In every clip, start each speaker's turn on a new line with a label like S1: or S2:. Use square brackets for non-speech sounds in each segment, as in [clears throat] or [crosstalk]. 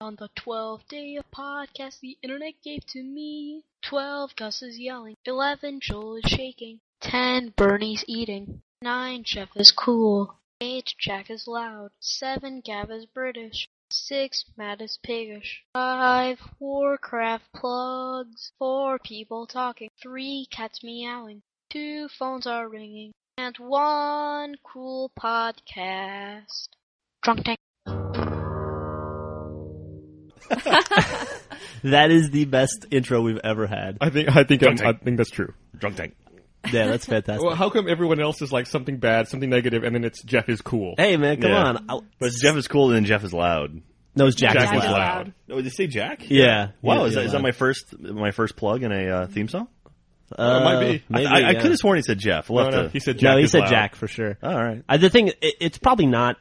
S1: On the twelfth day of podcast the internet gave to me Twelve Gus's yelling, eleven Joel is shaking, ten Bernie's eating, nine Jeff is cool, eight Jack is loud, seven Gav is British, six Matt is piggish, five Warcraft plugs, four people talking, three cats meowing, two phones are ringing, and one cool podcast. Drunk tank.
S2: That is the best intro we've ever had.
S3: I think I think I'm, I
S4: Drunk tank.
S3: think that's true.
S4: Drunk tank.
S2: Yeah, that's fantastic.
S3: Well, how come everyone else is like something bad, something negative, and then it's Jeff is cool?
S2: hey man, come
S4: Yeah.
S2: on. I,
S4: But Jeff is cool and then Jeff is loud.
S2: no, it's Jack,
S3: Jack
S2: is
S3: was
S2: loud.
S3: loud.
S4: Oh, did you say Jack?
S2: Yeah.
S4: Wow,
S2: Yeah,
S4: is,
S2: yeah,
S4: that, is that
S2: loud.
S4: my first my first plug in a uh, theme song?
S2: Uh,
S3: It might be.
S2: Maybe,
S4: I, I
S2: yeah.
S4: could have sworn he said Jeff.
S3: No,
S4: We'll have
S3: no,
S4: to-
S3: he said Jack.
S2: No, he
S3: is
S2: said
S3: loud.
S2: Jack for sure.
S4: All right.
S2: Uh, the thing, it, it's probably not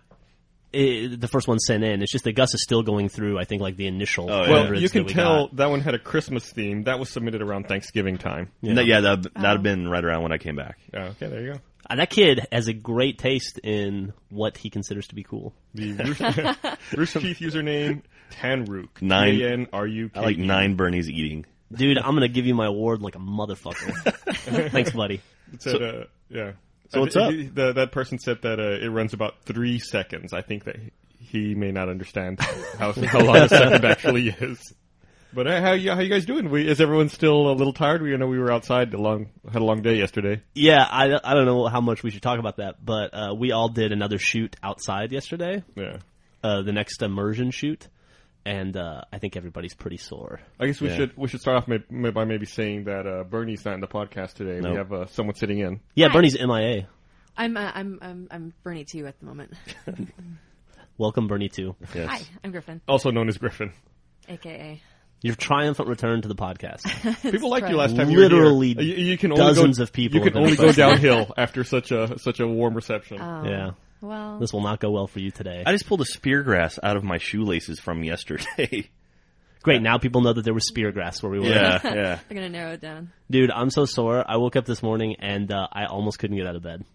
S2: uh the first one sent in. It's just that Gus is still going through. I think like the initial.
S4: Oh, yeah.
S3: Well,
S2: hundreds
S3: you can
S2: that we
S3: tell
S2: got.
S3: that one had a Christmas theme. That was submitted around Thanksgiving time.
S4: Yeah, that, yeah, that'd, that'd
S2: Oh.
S4: have been right around when I came back.
S3: Yeah, Oh, okay, there you go.
S2: Uh, that kid has a great taste in what he considers to be cool.
S3: The Rooster, [laughs] Rooster Teeth username Tanruk.
S4: Nine-
S3: T-A-N-R-U-K.
S4: I like nine Bernie's eating.
S2: Dude, I'm gonna give you my award like a motherfucker. Thanks, buddy.
S3: It said, uh, yeah.
S4: So
S3: I
S4: what's
S3: thi-
S4: up?
S3: the- the- that person said that uh, it runs about three seconds. I think that he may not understand how, [laughs] how long a second actually is. But uh, how you how you guys doing? We, is everyone still a little tired? We you know we were outside a long had a long day yesterday.
S2: Yeah, I, I don't know how much we should talk about that, but uh, we all did another shoot outside yesterday,
S3: Yeah.
S2: uh, the next immersion shoot, and uh, I think everybody's pretty sore.
S3: I guess we
S4: Yeah.
S3: should we should start off may, may, by maybe saying that uh, Bernie's not in the podcast today.
S4: Nope.
S3: We have uh, someone sitting in.
S2: Yeah,
S5: Hi.
S2: Bernie's MIA.
S5: I'm uh, I'm I'm I'm Bernie too at the moment.
S2: Welcome, Bernie. Too
S4: Yes.
S5: [laughs] Hi, I'm Griffin,
S3: also known as Griffin.
S5: aka.
S2: your triumphant return to the podcast.
S3: People liked you
S5: right.
S3: last time. you were
S2: Literally
S3: here. You- you can only
S2: dozens
S3: go,
S2: of people
S3: You can
S2: have
S3: only
S2: been
S3: go
S2: affected.
S3: downhill after such a such a warm reception.
S2: yeah,
S5: Um, Well,
S2: this will not go well for you today.
S4: I just pulled a spear grass out of my shoelaces from yesterday.
S2: Great, now people know that there was spear grass where we were.
S4: yeah, yeah.
S5: we're gonna narrow it down.
S2: Dude, I'm so sore. I woke up this morning and uh, I almost couldn't get out of bed.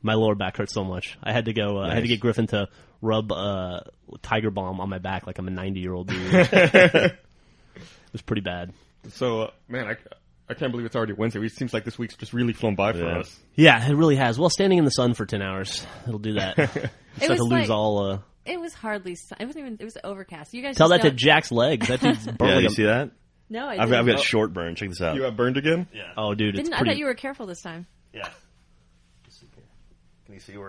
S2: My lower back hurt so much. I had to go. Uh, I had to
S4: Nice.
S2: get Griffin to rub uh, tiger balm on my back like I'm a 90 year old
S3: [laughs]
S2: dude. it was pretty bad.
S3: So, uh, man, I, I can't believe it's already Wednesday. It seems like this week's just really flown by for
S4: Yeah.
S3: us.
S2: Yeah, it really has. Well, standing in the sun for 10 hours, it'll do
S3: [laughs]
S2: that. Just have
S5: was
S2: to lose
S5: like-
S2: all. Uh,
S5: It was hardly. su- It wasn't even. It was overcast. You guys
S2: tell that
S5: just
S2: to
S5: don't-
S2: Jack's legs. That
S5: [laughs]
S2: dude's burnt
S4: yeah
S2: like
S4: you
S2: a-
S4: see that?
S5: No, I
S4: I've,
S5: didn't.
S4: got- I've got short burn. Check this out.
S3: You got burned again?
S2: Oh, dude, it's
S5: Didn't- I
S2: pretty.
S5: thought you were careful this time.
S4: Yeah. Can you see where?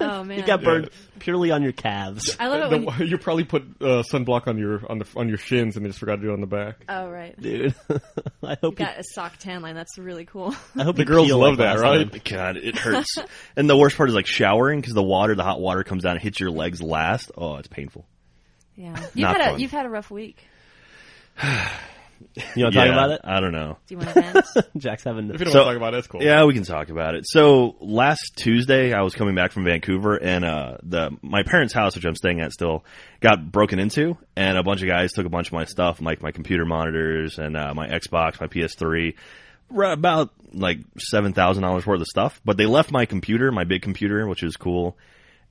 S5: Oh man,
S2: you got burned purely on your calves.
S5: I love it
S3: The-
S5: when. You,
S3: you probably put uh, sunblock on your on the on your shins and they just forgot to do it on the back.
S5: [laughs] oh right, you
S2: Dude, [laughs] I hope you,
S5: got a sock tan line. That's really cool.
S2: I hope
S3: The
S2: you
S3: girls
S2: peel like
S3: love that,
S2: last
S3: right?
S2: time.
S4: God, it hurts. [laughs] and the worst part is like showering because the water, the hot water comes down and hits your legs last. Oh, it's painful.
S5: Yeah, you've
S4: Not
S5: had
S4: fun.
S5: a you've had a rough week.
S2: You want to talk
S4: Yeah,
S2: about it?
S4: I don't know.
S5: Do you want to vent?
S2: Jack's having.
S3: If you don't
S4: So-
S3: want to talk about it, that's cool.
S4: Yeah, we can talk about it. So last Tuesday, I was coming back from Vancouver, and uh, the my parents' house, which I'm staying at still, got broken into, and a bunch of guys took a bunch of my stuff, like my computer monitors and uh, my Xbox, my PS3, right about like seven thousand dollars worth of stuff. But they left my computer, my big computer, which is cool.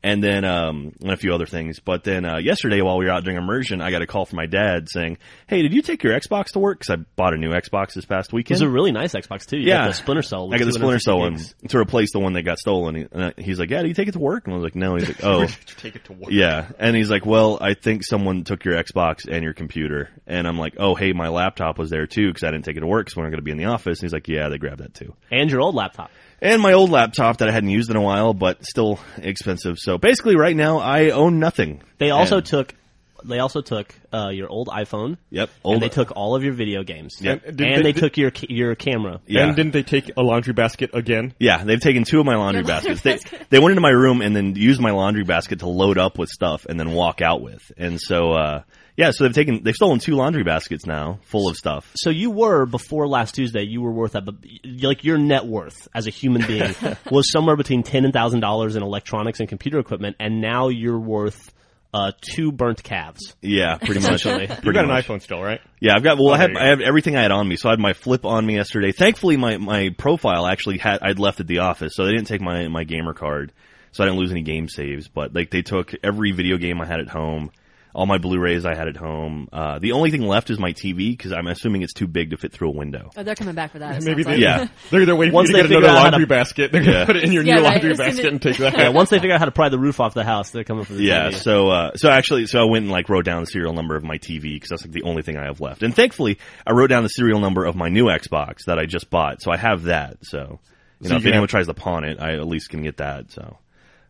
S4: And then, um, and a few other things. But then, uh, yesterday while we were out doing immersion, I got a call from my dad saying, Hey, did you take your Xbox to work? Cause I bought a new Xbox this past weekend.
S2: It's a really nice Xbox too. You
S4: Yeah.
S2: got the Splinter Cell. with
S4: I got the Splinter
S2: 250
S4: Cell one
S2: gigs.
S4: to replace the one that got stolen. And I- he's like, "Yeah, do you take it to work?" And I was like, "No." And he's
S2: [laughs]
S4: like, "Oh,
S3: Take it to work.
S4: yeah." And he's like, "Well, I think someone took your Xbox and your computer." And I'm like, "Oh, hey, my laptop was there too because I didn't take it to work because we're not going to be in the office." And he's like, "Yeah, they grabbed that too."
S2: and your old laptop.
S4: And my old laptop that I hadn't used in a while, but still expensive. So basically, right now I own nothing.
S2: They also
S4: And-
S2: took. They also took uh, your old iPhone.
S4: Yep,
S2: and
S4: old-
S2: they took all of your video games.
S4: Yeah.
S2: And,
S3: And did
S2: they,
S3: they-
S2: took your ca- your camera.
S4: Yeah.
S3: And didn't they take a laundry basket again?
S4: Yeah, they've taken two of my laundry
S5: Your laundry
S4: baskets. They they went into my room and then used my laundry basket to load up with stuff and then walk out with. And so uh yeah, so they've taken they've stolen two laundry baskets now full of stuff.
S2: So you were before last Tuesday. You were worth ab- like your net worth as a human
S4: [laughs]
S2: being was somewhere between ten and thousand dollars in electronics and computer equipment, and now you're worth uh, two burnt calves.
S4: Yeah, pretty much.
S2: Essentially.
S3: You
S4: Pretty
S3: got
S4: much.
S3: an iPhone still, right?
S4: Yeah, I've got well, I
S3: Oh, there
S4: have
S3: you
S4: I
S3: go.
S4: have everything I had on me. So I had my flip on me yesterday. Thankfully, my my profile actually had I'd left at the office, so they didn't take my my gamer card, so I didn't lose any game saves. But like they took every video game I had at home, all my Blu-rays I had at home. Uh, the only thing left is my TV because I'm assuming it's too big to fit through a window.
S5: Oh, they're coming back for that. it
S3: Maybe
S5: sounds
S3: they,
S5: like.
S4: Yeah.
S3: they're, they're waiting
S2: Once
S3: for you
S2: they
S3: to get
S2: figure out
S3: another
S2: how to-
S3: laundry basket. They're
S4: Yeah.
S3: gonna put it in your
S5: Yeah,
S3: new
S5: like,
S3: laundry
S5: as soon
S3: basket
S5: as-
S3: and
S4: [laughs]
S3: take that.
S2: Yeah, once they figure out how to pry the roof off the house, they're coming for the
S4: Yeah,
S2: TV.
S4: so uh, so actually, so I went and like wrote down the serial number of my TV because that's like the only thing I have left. And thankfully, I wrote down the serial number of my new Xbox that I just bought, so I have that. So you
S3: So
S4: know,
S3: you
S4: if
S3: can
S4: anyone
S3: have-
S4: tries to pawn it, I at least can get that. So,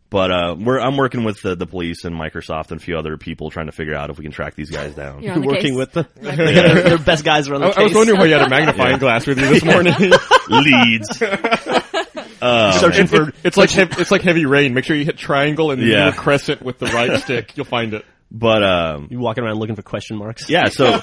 S4: but uh, we're I'm working with the, the police and Microsoft and a few other people trying to figure out if we can track these guys
S3: [laughs]
S4: down.
S5: You're on the
S2: working
S5: case. [laughs]
S2: with them. Their [laughs] their best guys are on
S3: I,
S2: the
S3: I was
S2: case.
S3: wondering why you had a magnifying glass with
S4: [laughs]
S3: you this morning. [laughs]
S4: Leads. Uh,
S2: Searching
S4: man.
S2: for
S3: it's like hev- it's like heavy rain. Make sure you hit triangle and then
S4: Yeah.
S3: do a crescent with the right [laughs] stick. You'll find it.
S4: but um,
S2: you walking around looking for question marks.
S4: Yeah, so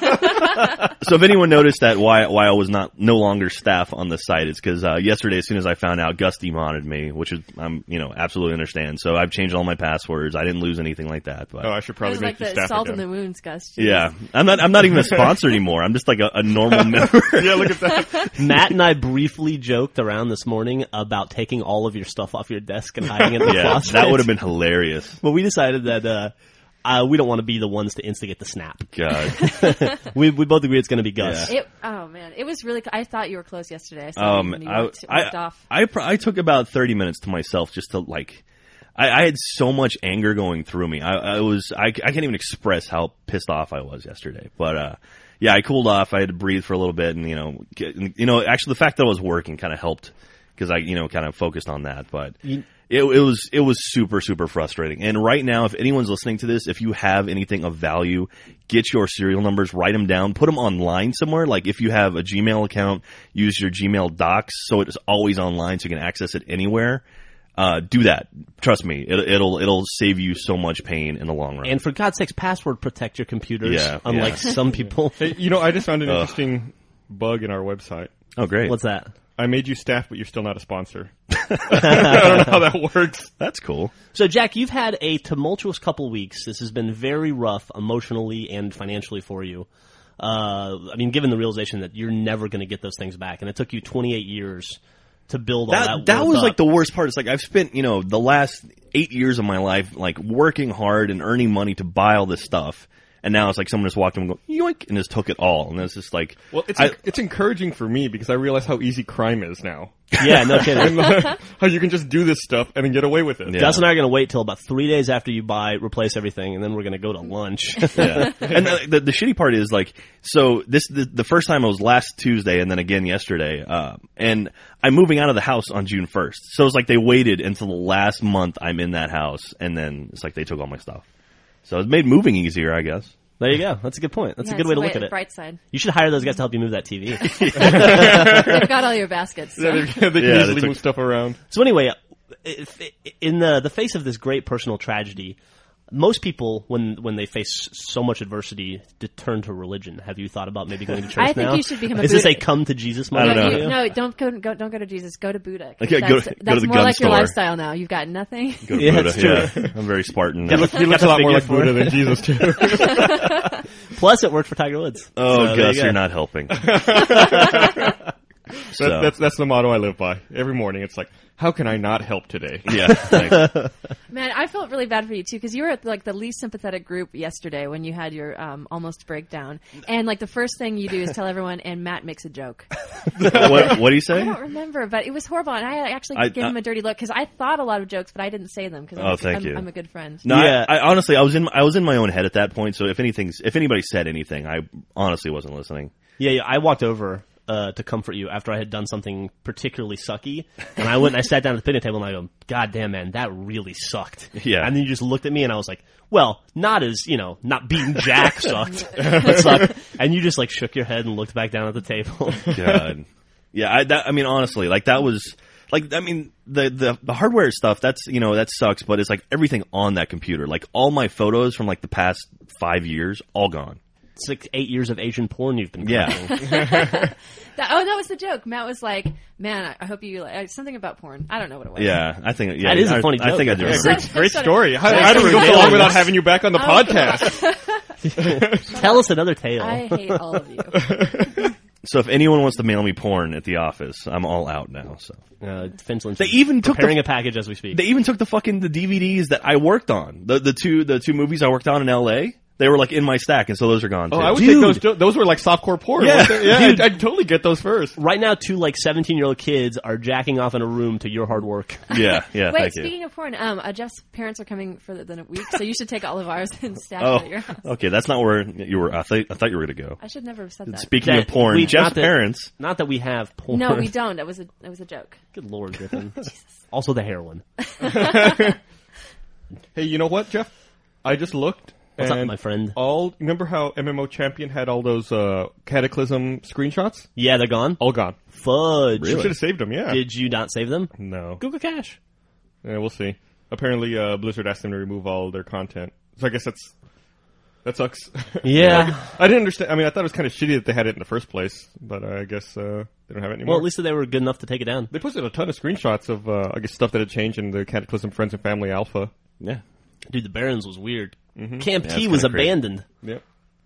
S4: so if anyone noticed that why why I was not no longer staff on the site, it's because uh, yesterday as soon as I found out, Gus demonted me, which is I'm you know absolutely understand. So I've changed all my passwords. I didn't lose anything like that, but
S3: Oh, I should
S5: That
S3: probably
S5: was
S3: make
S5: like
S3: you
S5: the
S3: staff
S5: salt in
S3: again.
S5: the wounds, Gus. Jeez.
S4: yeah, I'm not I'm not even a sponsor anymore. I'm just like a, a normal member.
S3: yeah, look at that.
S2: [laughs] Matt and I briefly joked around this morning about taking all of your stuff off your desk and hiding it in the
S4: [laughs] yeah,
S2: closet.
S4: that would have been hilarious.
S2: [laughs] But we decided that uh, uh, we don't want to be the ones to instigate the snap.
S4: God,
S2: We we both agree it's going to be Gus.
S5: It, oh man, it was really. I thought you were close yesterday. I saw
S4: um,
S5: you when you
S4: I
S5: walked,
S4: I,
S5: walked off.
S4: I pro- I took about 30 minutes to myself just to like. I, I had so much anger going through me. I, I was I, I can't even express how pissed off I was yesterday. But uh, yeah, I cooled off. I had to breathe for a little bit, and you know, get, you know, actually, the fact that I was working kind of helped because I you know kind of focused on that. But it, it was it was super super frustrating. And right now, if anyone's listening to this, if you have anything of value, get your serial numbers, write them down, put them online somewhere. Like if you have a Gmail account, use your Gmail Docs so it's always online, so you can access it anywhere. Uh, do that. Trust me, it, it'll it'll save you so much pain in the long run.
S2: And for God's sakes, password protect your computers.
S4: Yeah,
S2: unlike
S4: yeah.
S2: some people.
S4: [laughs]
S3: Hey, [laughs] you know, I just found an interesting bug in our website.
S4: oh, great,
S2: What's that?
S3: I made you staff, but you're still not a sponsor. [laughs] I don't know how that works.
S4: that's cool.
S2: So, Jack, you've had a tumultuous couple weeks. This has been very rough emotionally and financially for you. Uh, I mean, given the realization that you're never going to get those things back, and it took you 28 years to build all
S4: that
S2: that.
S4: that
S2: wealth
S4: was
S2: up.
S4: like the worst part. It's like I've spent you know the last eight years of my life like working hard and earning money to buy all this stuff, and now it's like someone just walked in and go yoink and just took it all, and it's just like
S3: Well, it's
S4: I-
S3: it's encouraging for me because I realize how easy crime is [laughs] now.
S2: [laughs] yeah,
S4: [laughs]
S2: no kidding.
S3: how you can just do this stuff and then get away with it.
S4: Yeah.
S2: Gus and I are going to wait till about three days after you buy, replace everything, and then we're going to go to
S4: [laughs]
S2: lunch.
S4: yeah.
S2: [laughs]
S4: and uh, the, the, the shitty part is like, so this the, the first time I was last Tuesday, and then again yesterday. Uh, and I'm moving out of the house on June 1st, so it's like they waited until the last month I'm in that house, and then it's like they took all my stuff. So it made moving easier, I guess.
S2: there you go. That's a good point. That's
S5: Yeah,
S2: a good
S5: it's
S2: way to
S5: the
S2: look at
S5: the
S2: it. [laughs]
S5: Bright side.
S2: You should hire those guys to help you move that TV.
S5: They've got all your baskets. so-
S3: Yeah, [laughs] they, they can
S4: Yeah,
S3: easily
S4: they took-
S3: move stuff around.
S2: So anyway, if, in the the face of this great personal tragedy, most people when when they face so much adversity, to turn to religion. Have you thought about maybe going
S5: [laughs]
S2: to church
S5: I think
S2: now?
S5: you should become a
S2: Is this a
S5: Buddhist.
S2: come to Jesus
S4: I
S2: moment?
S4: don't
S5: No,
S4: know.
S5: you- no, don't go. go don't go to Jesus. Go to Buddha. 'cause
S4: Okay, go
S5: that's
S4: to- go to
S5: that's
S4: the
S5: more
S4: gun
S5: like
S4: store.
S5: your lifestyle now. You've got nothing. [laughs]
S4: Go to
S2: Yeah,
S4: Buddha.
S2: that's true.
S4: Yeah. I'm very Spartan.
S3: He looks a lot more like
S2: figure for
S3: Buddha
S2: it.
S3: than Jesus [laughs] too.
S2: Plus, it worked for Tiger Woods.
S4: Oh,
S2: So there
S4: Gus,
S2: you go.
S4: you're
S2: [laughs]
S4: not helping. so,
S3: That, that's that's the motto I live by. Every morning, it's like, how can I not help [laughs] today?
S4: yeah. thanks.
S5: Man, I felt really bad for you too because you were at like the least sympathetic group yesterday when you had your um, almost breakdown. And like the first thing you do is tell everyone, and Matt makes
S4: [laughs]
S5: a joke.
S4: what, what do you say?
S5: I don't remember, but it was horrible. And I actually
S4: I-
S5: gave
S4: I-
S5: him a dirty look because I thought a lot of jokes, but I didn't say them because
S4: Oh,
S5: I'm,
S4: thank
S5: I'm,
S4: you.
S5: I'm a good friend.
S4: No, I-
S2: Yeah.
S4: I, honestly, I was in I was in my own head at that point. So if anything's if anybody said anything, I honestly wasn't listening.
S2: Yeah, yeah. I walked over uh, to comfort you after I had done something particularly sucky, and I went and I sat down at the picnic table and I go, "God damn, man, that really sucked."
S4: Yeah.
S2: And then you just looked at me and I was like, "Well, not as you know, not beating
S4: [laughs]
S2: Jack
S5: [laughs]
S2: sucked, but sucked." And you just like shook your head and looked back down at the table. [laughs]
S4: God. [laughs] yeah, I that I mean honestly, like that was like I mean the the the hardware stuff that's you know that sucks, but it's like everything on that computer. Like all my photos from like the past 5 years all gone.
S2: Six, eight years of Asian porn you've been.
S4: Yeah.
S2: collecting.
S5: That- oh, that was the joke. Matt was like, "Man, I, I hope you like something about porn." I don't know what it was. [laughs]
S4: Yeah, I think yeah.
S2: That is a
S4: I-
S2: funny
S4: I think I
S2: joke.
S4: do.
S2: Yeah,
S4: remember.
S3: Great, great story. How,
S5: Sorry.
S3: how did we go so long
S2: Sorry.
S3: without having you back on the
S5: Oh,
S3: podcast?
S2: Tell us another tale.
S5: I hate all of you.
S4: So if anyone wants to mail me porn at the office, I'm all out now. So
S2: Uh, Finland.
S4: They even took the-
S2: preparing a package as we speak.
S4: They even took the fucking the DVDs that I worked on. The the two the two movies I worked on in LA. They were like in my stack, and so those are gone.
S3: Oh,
S4: too.
S3: I would
S2: Dude.
S3: take those. Those were like softcore porn.
S2: Yeah,
S3: Yeah, yeah
S2: dude.
S3: I'd, I'd totally get those first.
S2: Right now, two like 17 year old kids are jacking off in a room to your hard work.
S4: yeah, yeah.
S5: Wait,
S4: thank
S5: speaking
S4: you.
S5: of porn, um, uh, Jeff's parents are coming for the, the week, so you should take all of ours and stash it at your house.
S4: Oh, okay. That's not where you were. I thought I thought you were going to go.
S5: I should never have said that.
S4: Speaking of
S2: That-
S4: porn,
S2: we-
S4: Jeff's
S2: not that-
S4: parents.
S2: Not that we have porn.
S5: no, we don't. That was a that was a joke.
S2: Good lord,
S4: [laughs]
S2: Griffin. also the heroin.
S3: Hey, you know what, Jeff? I just looked.
S2: What's up,
S3: and
S2: my friend?
S3: All remember how MMO Champion had all those uh, Cataclysm screenshots?
S2: Yeah, they're gone.
S3: All gone.
S2: Fudge.
S3: You should have saved them. Yeah.
S2: Did you not save them?
S3: no.
S2: Google Cash.
S3: Yeah, we'll see. Apparently, uh, Blizzard asked them to remove all their content. So I guess that's that sucks. [laughs]
S2: Yeah.
S3: I didn't understand. I mean, I thought it was kind of shitty that they had it in the first place, but I guess uh, they don't have it anymore.
S2: Well, at least they were good enough to take it down.
S3: they posted a ton of screenshots of uh, I guess stuff that had changed in the Cataclysm Friends and Family Alpha.
S4: Yeah.
S2: Dude, the Barons was weird. Camp
S4: Mm-hmm. Yeah,
S2: T
S4: it's
S2: was
S4: kinda crazy.
S2: abandoned,
S3: Yep.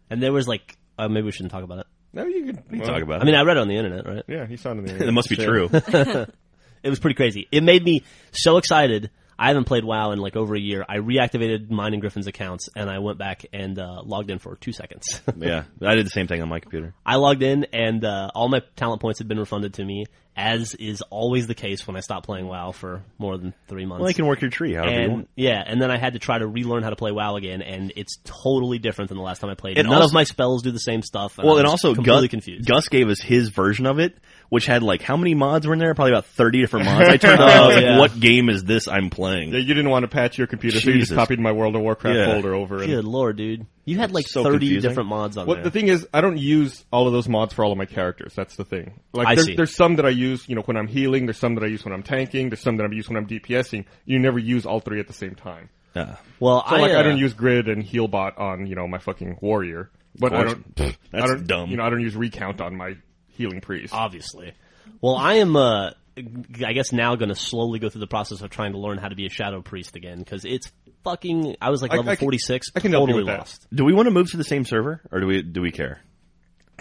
S2: and there was like, uh, maybe we shouldn't talk about it.
S3: No, you can,
S4: We can talk about.
S2: I mean, I read it on the internet, right?
S3: Yeah, he signed in the.
S4: [laughs] it. It must be true.
S2: [laughs] It was pretty crazy. It made me so excited. I haven't played WoW in like over a year. I reactivated mine and Griffin's accounts, and I went back and uh, logged in for two seconds. [laughs]
S4: yeah, I did the same thing on my computer.
S2: I logged in, and uh, all my talent points had been refunded to me, as is always the case when I stop playing WoW for more than three months.
S4: Well, you can work your tree however you
S2: and
S4: want.
S2: yeah, and then I had to try to relearn how to play WoW again, and it's totally different than the last time I played.
S4: And
S2: None
S4: also-
S2: of my spells do the same stuff. And
S4: Well,
S2: I
S4: and
S2: was
S4: also
S2: completely
S4: Gus,
S2: confused.
S4: Gus gave us his version of it, which had like how many mods were in there? Probably about thirty different mods. I
S2: [laughs]
S4: turned on. I was
S2: Oh,
S4: like,
S2: yeah.
S4: What game is this I'm playing?
S3: Yeah, you didn't want to patch your computer, so you just
S4: Jesus.
S3: copied my World of Warcraft
S4: Yeah.
S3: folder over. And,
S2: Good lord, dude! You had like
S4: So
S2: thirty
S4: confusing.
S2: different mods on
S3: Well,
S2: there.
S3: the thing is, I don't use all of those mods for all of my characters. That's the thing. Like,
S2: I
S3: there's,
S2: see.
S3: there's some that I use, you know, when I'm healing. There's some that I use when I'm tanking. There's some that I use when I'm DPSing. You never use all three at the same time.
S4: Yeah.
S2: well,
S3: So,
S2: I,
S3: like,
S2: uh,
S3: I don't use Grid and Healbot on, you know, my fucking warrior. But I
S4: course.
S3: don't.
S4: Pfft,
S3: I
S4: that's
S3: don't,
S4: dumb. Uh,
S3: You know, I don't use Recount on my healing priest.
S2: obviously. Well, I am. Uh, I guess now going to slowly go through the process of trying to learn how to be a shadow priest again because it's fucking. I was like
S3: I-
S2: level
S3: I can-
S2: forty six.
S3: I can help you
S2: totally
S3: with that.
S2: lost.
S4: Do we want to move to the same server, or do we do we care?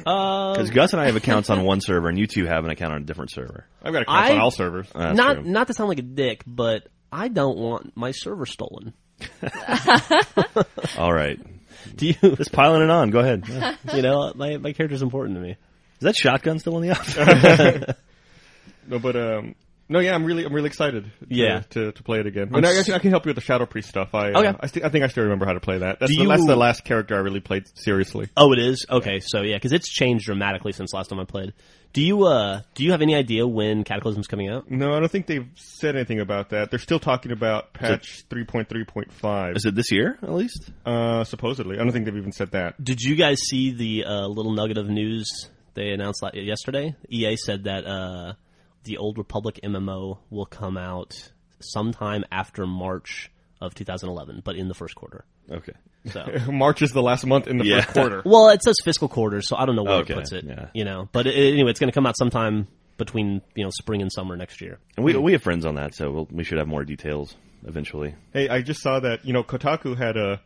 S2: Uh,
S4: Because Gus and I have accounts on one server, and you two have an account on a different server. Ah,
S3: I've got accounts on
S2: I-
S3: all servers.
S4: That's
S2: not
S4: true.
S2: not to sound like a dick, but I don't want my server [laughs] stolen.
S4: All right,
S2: Do you?
S4: just piling it on. Go ahead.
S2: [laughs]
S4: Yeah.
S2: you know, my my character's important to me.
S4: Is that shotgun still in the
S2: [laughs]
S4: office?
S3: No, but um, no, yeah, I'm really, I'm really excited. To,
S2: Yeah.
S3: to, to play it again. But I, I can- I can help you with the Shadow Priest stuff. I, uh,
S2: Okay.
S3: I, sti- I think I still remember how to play that. That's,
S2: Do
S3: the, that's
S2: you-
S3: the last character I really played seriously.
S2: Oh, it is. Okay, so yeah, because it's changed dramatically since last time I played. Do you uh do you have any idea when Cataclysm's coming out?
S3: No, I don't think they've said anything about that. They're still talking about patch 3.3.5,
S4: Is it this year at least?
S3: uh, supposedly. I don't think they've even said that.
S2: Did you guys see the uh, little nugget of news they announced la- yesterday? EA said that uh the Old Republic MMO will come out sometime after March of 2011, but in the first quarter.
S4: Okay.
S2: So.
S3: [laughs] March is the last month in the
S4: Yeah.
S2: [laughs]
S3: first quarter.
S2: Well, it says fiscal quarter, so I don't know where
S4: Okay,
S2: it puts it.
S4: yeah.
S2: You know, but it, anyway, it's going to come out sometime between you know spring and summer next year.
S4: And we we have friends on that, so we'll, we should have more details eventually.
S3: Hey, I just saw that, you know, Kotaku had a,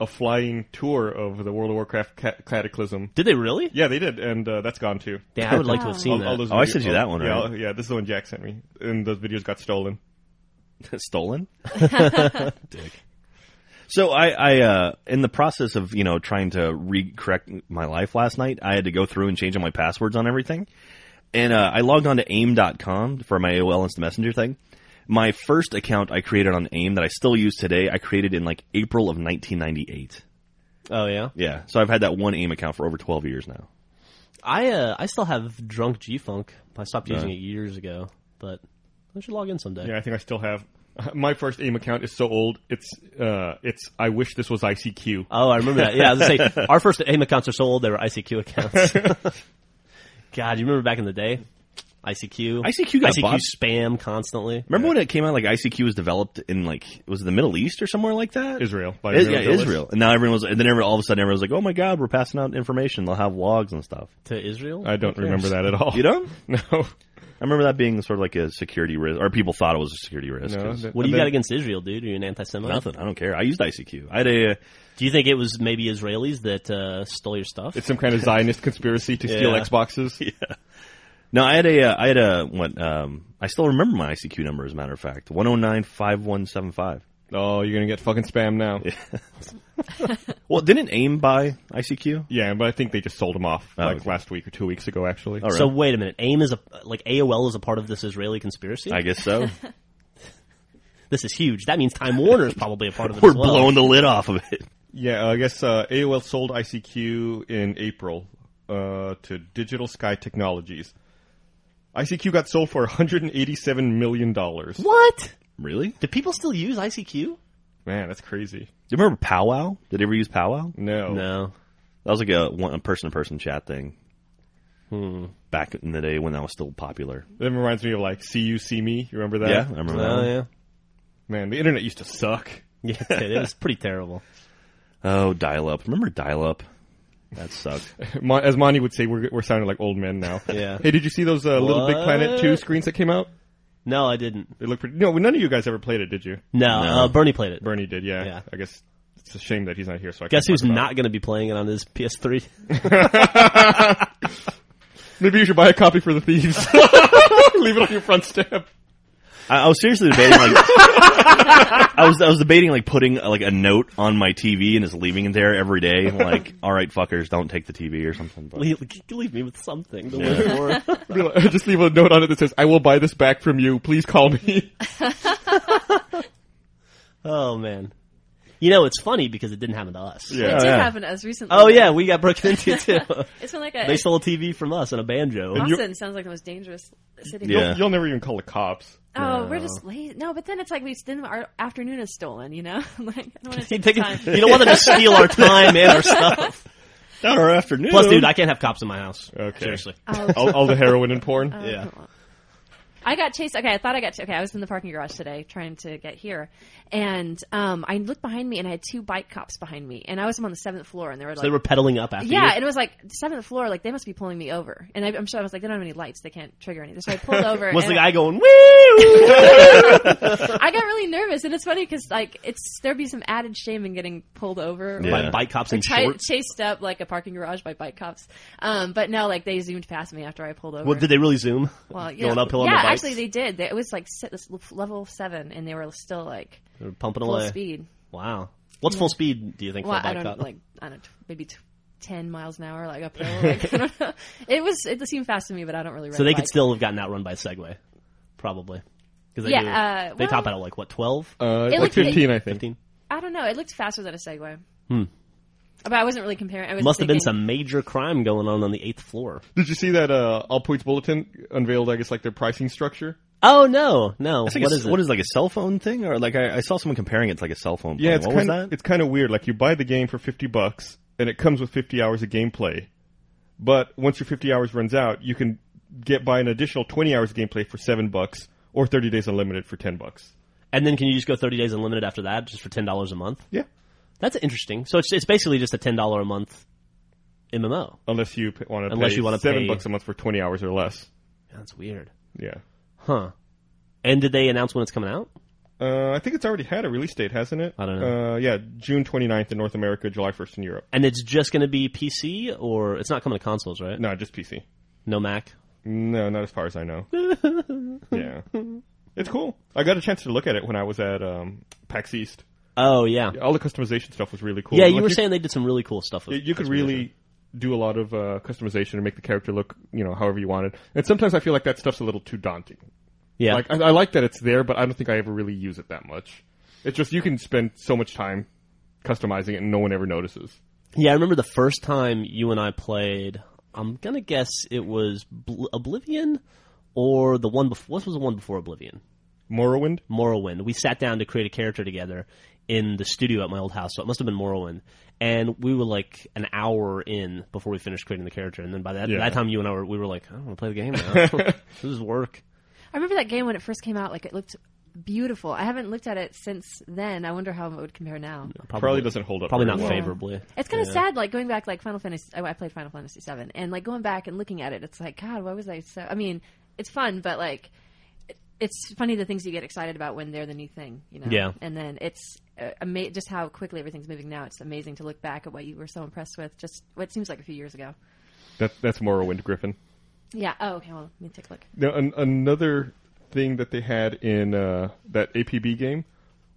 S3: a flying tour of the World of Warcraft ca- Cataclysm.
S2: Did they really?
S3: Yeah, they did, and uh, that's gone too. [laughs]
S2: Yeah, I would like to have
S5: Wow.
S2: seen that.
S3: those
S4: Oh, I
S3: video-
S4: sent you that one,
S3: yeah,
S4: right?
S3: all- Yeah, this is the one Jack sent me, and those videos got stolen.
S4: [laughs] Stolen? Dick. So I, I uh, in the process of you know trying to re-correct my life last night, I had to go through and change all my passwords on everything, and uh, I logged on to AIM.com for my AOL Instant Messenger thing. My first account I created on AIM that I still use today, I created in like April of 1998.
S2: oh yeah,
S4: Yeah, so I've had that one AIM account for over 12 years now.
S2: I uh, I still have drunk G Funk. I stopped using it years ago, but I should log in someday.
S3: Yeah, I think I still have. [laughs] My first AIM account is so old. It's uh, it's. I wish this was ICQ.
S2: Oh, I remember that. Yeah, I was gonna say our first AIM accounts are so old they were ICQ accounts. God, you remember back in the day, ICQ,
S4: ICQ got
S2: ICQ
S4: bought.
S2: spam constantly.
S4: Remember when it came out? Like ICQ was developed in like was it the Middle East or somewhere like that?
S3: Israel, by
S4: Is-
S3: Mary
S4: yeah,
S3: Dillis.
S4: Israel. And now everyone was, and then everyone, all of a sudden everyone was like, "Oh my God, we're passing out information. They'll have logs and stuff."
S2: To Israel,
S3: I don't remember that at all.
S4: You don't?
S3: [laughs] No.
S4: I remember that being sort of like a security risk, or people thought it was a security risk.
S3: No.
S4: 'cause-
S2: What do
S3: And
S2: you
S3: then-
S2: got against Israel, dude? Are you an anti-Semite?
S4: nothing. I don't care. I used ICQ. I had a uh,
S2: Do you think it was maybe Israelis that uh, stole your stuff?
S3: It's some kind of Zionist conspiracy to steal
S2: Yeah.
S3: Xboxes.
S4: [laughs] no, I had a, uh, I had a what? Um, I still remember my ICQ number. As a matter of fact, oh one zero nine five one seven five.
S3: Oh, you're gonna get fucking spam now. Yeah,
S4: Well, didn't AIM buy ICQ?
S3: but I think they just sold them off
S4: Oh,
S3: like
S4: okay.
S3: last week or two weeks ago, actually.
S4: All right.
S2: So wait a minute. AIM is a like AOL is a part of this Israeli conspiracy.
S4: I guess so.
S2: this is huge. That means Time Warner is probably a part of it.
S4: [laughs] We're
S2: as well.
S4: blowing the lid off of it.
S3: Yeah, I guess uh, AOL sold ICQ in April uh, to Digital Sky Technologies. ICQ got sold for 187 million dollars.
S2: What?
S4: Really?
S2: Do people still use ICQ?
S3: Man, that's crazy.
S4: Do you remember powwow? Did you ever use powwow?
S3: No.
S2: No.
S4: That was like a one person to person chat thing.
S2: Hmm.
S4: Back in the day when that was still popular.
S3: That reminds me of like "See You, See Me." You remember that?
S4: yeah, I remember that.
S2: Oh
S4: one.
S2: yeah.
S3: Man, the internet used
S2: [laughs]
S3: to suck.
S2: Yeah, it did. It was pretty terrible.
S4: Oh, dial up. Remember dial up? That
S2: [laughs]
S4: sucked.
S3: Mon- As Monty would say, we're we're sounding like old men now.
S2: Yeah.
S3: Hey, did you see those uh, Little Big Planet two
S2: What?
S3: screens that came out?
S2: No, I didn't.
S3: They look pretty. No, none of you guys ever played it, did you?
S2: No, Uh, Bernie played it.
S3: Bernie did. Yeah.
S2: Yeah.
S3: I guess it's a shame that he's not here. So I
S2: Guess
S3: can't
S2: who's
S3: talk about
S2: not going to be playing it on his PS3?
S3: it. Maybe you should buy a copy for the
S4: [laughs]
S3: thieves. [laughs] Leave it on your front step.
S4: I, I was seriously debating like I was I was debating like putting uh, like a note on my TV and just leaving it there every day.
S2: [laughs]
S4: Like, all right, fuckers, don't take the TV or something.
S2: [laughs]
S4: But
S2: leave, leave me with something. to
S4: Yeah.
S2: live for.
S3: Be like- [laughs] Just leave a note on it that says, "I will buy this back from you. Please call me."
S2: [laughs] Oh man. You know, it's funny because it didn't happen to us.
S5: It
S3: Yeah.
S5: did
S3: [laughs]
S4: [laughs] yeah.
S5: happen to us recently.
S2: Oh yeah, we got broken into too. [laughs]
S5: It's been like a
S2: they stole a TV from us and a banjo.
S3: you-
S5: Austin sounds like the most dangerous city.
S4: Yeah.
S3: You'll never even call the cops.
S5: Oh, we're just lazy. No, but then it's like we then our afternoon is stolen. You know, [laughs] like I don't want to
S2: You
S5: take the
S2: think-
S5: time.
S2: [laughs] you don't want them to steal our time and our
S5: [laughs]
S2: stuff.
S4: Not our afternoon.
S2: Plus, dude, I can't have cops in my house.
S3: Okay.
S2: Seriously.
S5: Oh,
S3: All, all the heroin and
S4: [laughs]
S3: porn.
S2: Yeah.
S5: Um, I got chased. Okay, I thought I got. Ch- okay, I was in the parking garage today trying to get here, and um, I looked behind me and I had two bike cops behind me, and I was on the seventh floor, and they were like,
S2: They were pedaling up after
S5: yeah,
S2: you.
S5: and it was like seventh floor, like they must be pulling me over, and I, I'm sure I was like, they don't have any lights, they can't trigger anything. So I pulled over.
S2: [laughs] Was
S5: and
S2: the guy going woo?
S5: [laughs] I got really nervous, and it's funny because like it's there'd be some added shame in getting pulled over.
S4: Yeah.
S2: By bike cops in
S5: Chi-
S2: shorts.
S5: chased up like a parking garage by bike cops. Um, but no, like they zoomed past me after I pulled over.
S2: Well, did they really zoom?
S5: well, yeah,
S2: going uphill on
S5: yeah,
S2: the bikes?
S5: actually they did. They- It was like si- this level seven, and they were still like
S2: They were pumping
S5: full
S2: away.
S5: speed.
S2: Wow. What's full speed? Do you think
S5: Well,
S2: for a
S5: I
S2: bike
S5: don't
S2: cop?
S5: like I don't know, maybe t- ten miles an hour like uphill. Like, [laughs] I don't know. It was it seemed fast to me, but I don't really. Ride
S2: so they
S5: bikes.
S2: could still have gotten outrun by a Segway, probably. Because they
S5: Yeah,
S2: do.
S5: uh,
S2: they top
S5: well-
S2: out at like what twelve?
S3: Uh, like
S5: It looked-
S3: fifteen, I think.
S2: Fifteen.
S5: I don't know. It looked faster than a Segway. Hmm. But I wasn't really comparing. I was
S2: Must have been
S5: thinking-
S2: some major crime going on on the eighth floor.
S3: Did you see that uh, All Points Bulletin unveiled? I guess like their pricing structure.
S2: Oh no, no.
S4: It's like
S2: what
S4: a-
S2: is it?
S4: What is like a cell phone thing, or like I, I saw someone comparing it to like a cell phone.
S3: Yeah,
S4: plan.
S3: it's
S4: what was
S3: kind of
S4: that?
S3: it's kind of weird. Like you buy the game for fifty bucks, and it comes with fifty hours of gameplay. But once your fifty hours runs out, you can get buy an additional twenty hours of gameplay for seven bucks, or thirty days unlimited for ten bucks.
S2: and then can you just go thirty days unlimited after that, just for ten dollars a month?
S3: Yeah,
S2: That's interesting. So it's it's basically just a ten dollar a month MMO.
S3: unless you p- want to
S2: Unless
S3: pay
S2: you wanna
S3: seven
S2: pay-
S3: bucks a month for twenty hours or less.
S2: That's weird,
S3: Yeah,
S2: huh? And did they announce when it's coming out?
S3: uh, I think it's already had a release date, hasn't it?
S2: I don't know.
S3: Uh, yeah, June 29th in North America, July 1st in Europe.
S2: And it's just going to be PC, or it's not coming to consoles, right?
S3: No, just PC.
S2: No Mac.
S3: No, not as far as I
S2: [laughs]
S3: know. yeah, it's cool. I got a chance to look at it when I was at um, PAX East.
S2: Oh yeah,
S3: all the customization stuff was really cool.
S2: yeah.
S3: Like,
S2: You were saying they did some really cool stuff. With
S3: you could really do a lot of uh, customization and make the character look, you know, however you wanted. And sometimes I feel like that stuff's a little too daunting.
S2: yeah.
S3: Like I, I like that it's there, but I don't think I ever really use it that much. It's just you can spend so much time customizing it, and no one ever notices.
S2: Yeah, I remember the first time you and I played. I'm gonna guess it was Bl- Oblivion, or the one before. What was the one before Oblivion?
S3: Morrowind.
S2: Morrowind. We sat down to create a character together in the studio at my old house, so it must have been Morrowind. And we were like an hour in before we finished creating the character, and then by that
S3: Yeah.
S2: that time, you and I were we were like, I don't want to play the game
S3: [laughs]
S2: now. this is work.
S5: I remember that game when it first came out. Like it looked beautiful. I haven't looked at it since then. I wonder how it would compare now.
S3: Probably doesn't hold up
S2: Probably
S3: very
S2: not
S5: well.
S2: favorably.
S5: It's kind of sad, like going back, like Final Fantasy. oh, I I played Final Fantasy VII, and like going back and looking at it, it's like, God, why was I so? I mean, it's fun, but like, it- it's funny the things you get excited about when they're the new thing, you know.
S2: Yeah.
S5: And then it's uh, ama- just how quickly everything's moving now. It's amazing to look back at what you were so impressed with, just what seems like a few years ago.
S3: That, that's Morrowind, Griffin.
S5: Yeah. Oh, okay. Well, let me take a look.
S3: Now, an, another thing that they had in uh, that APB game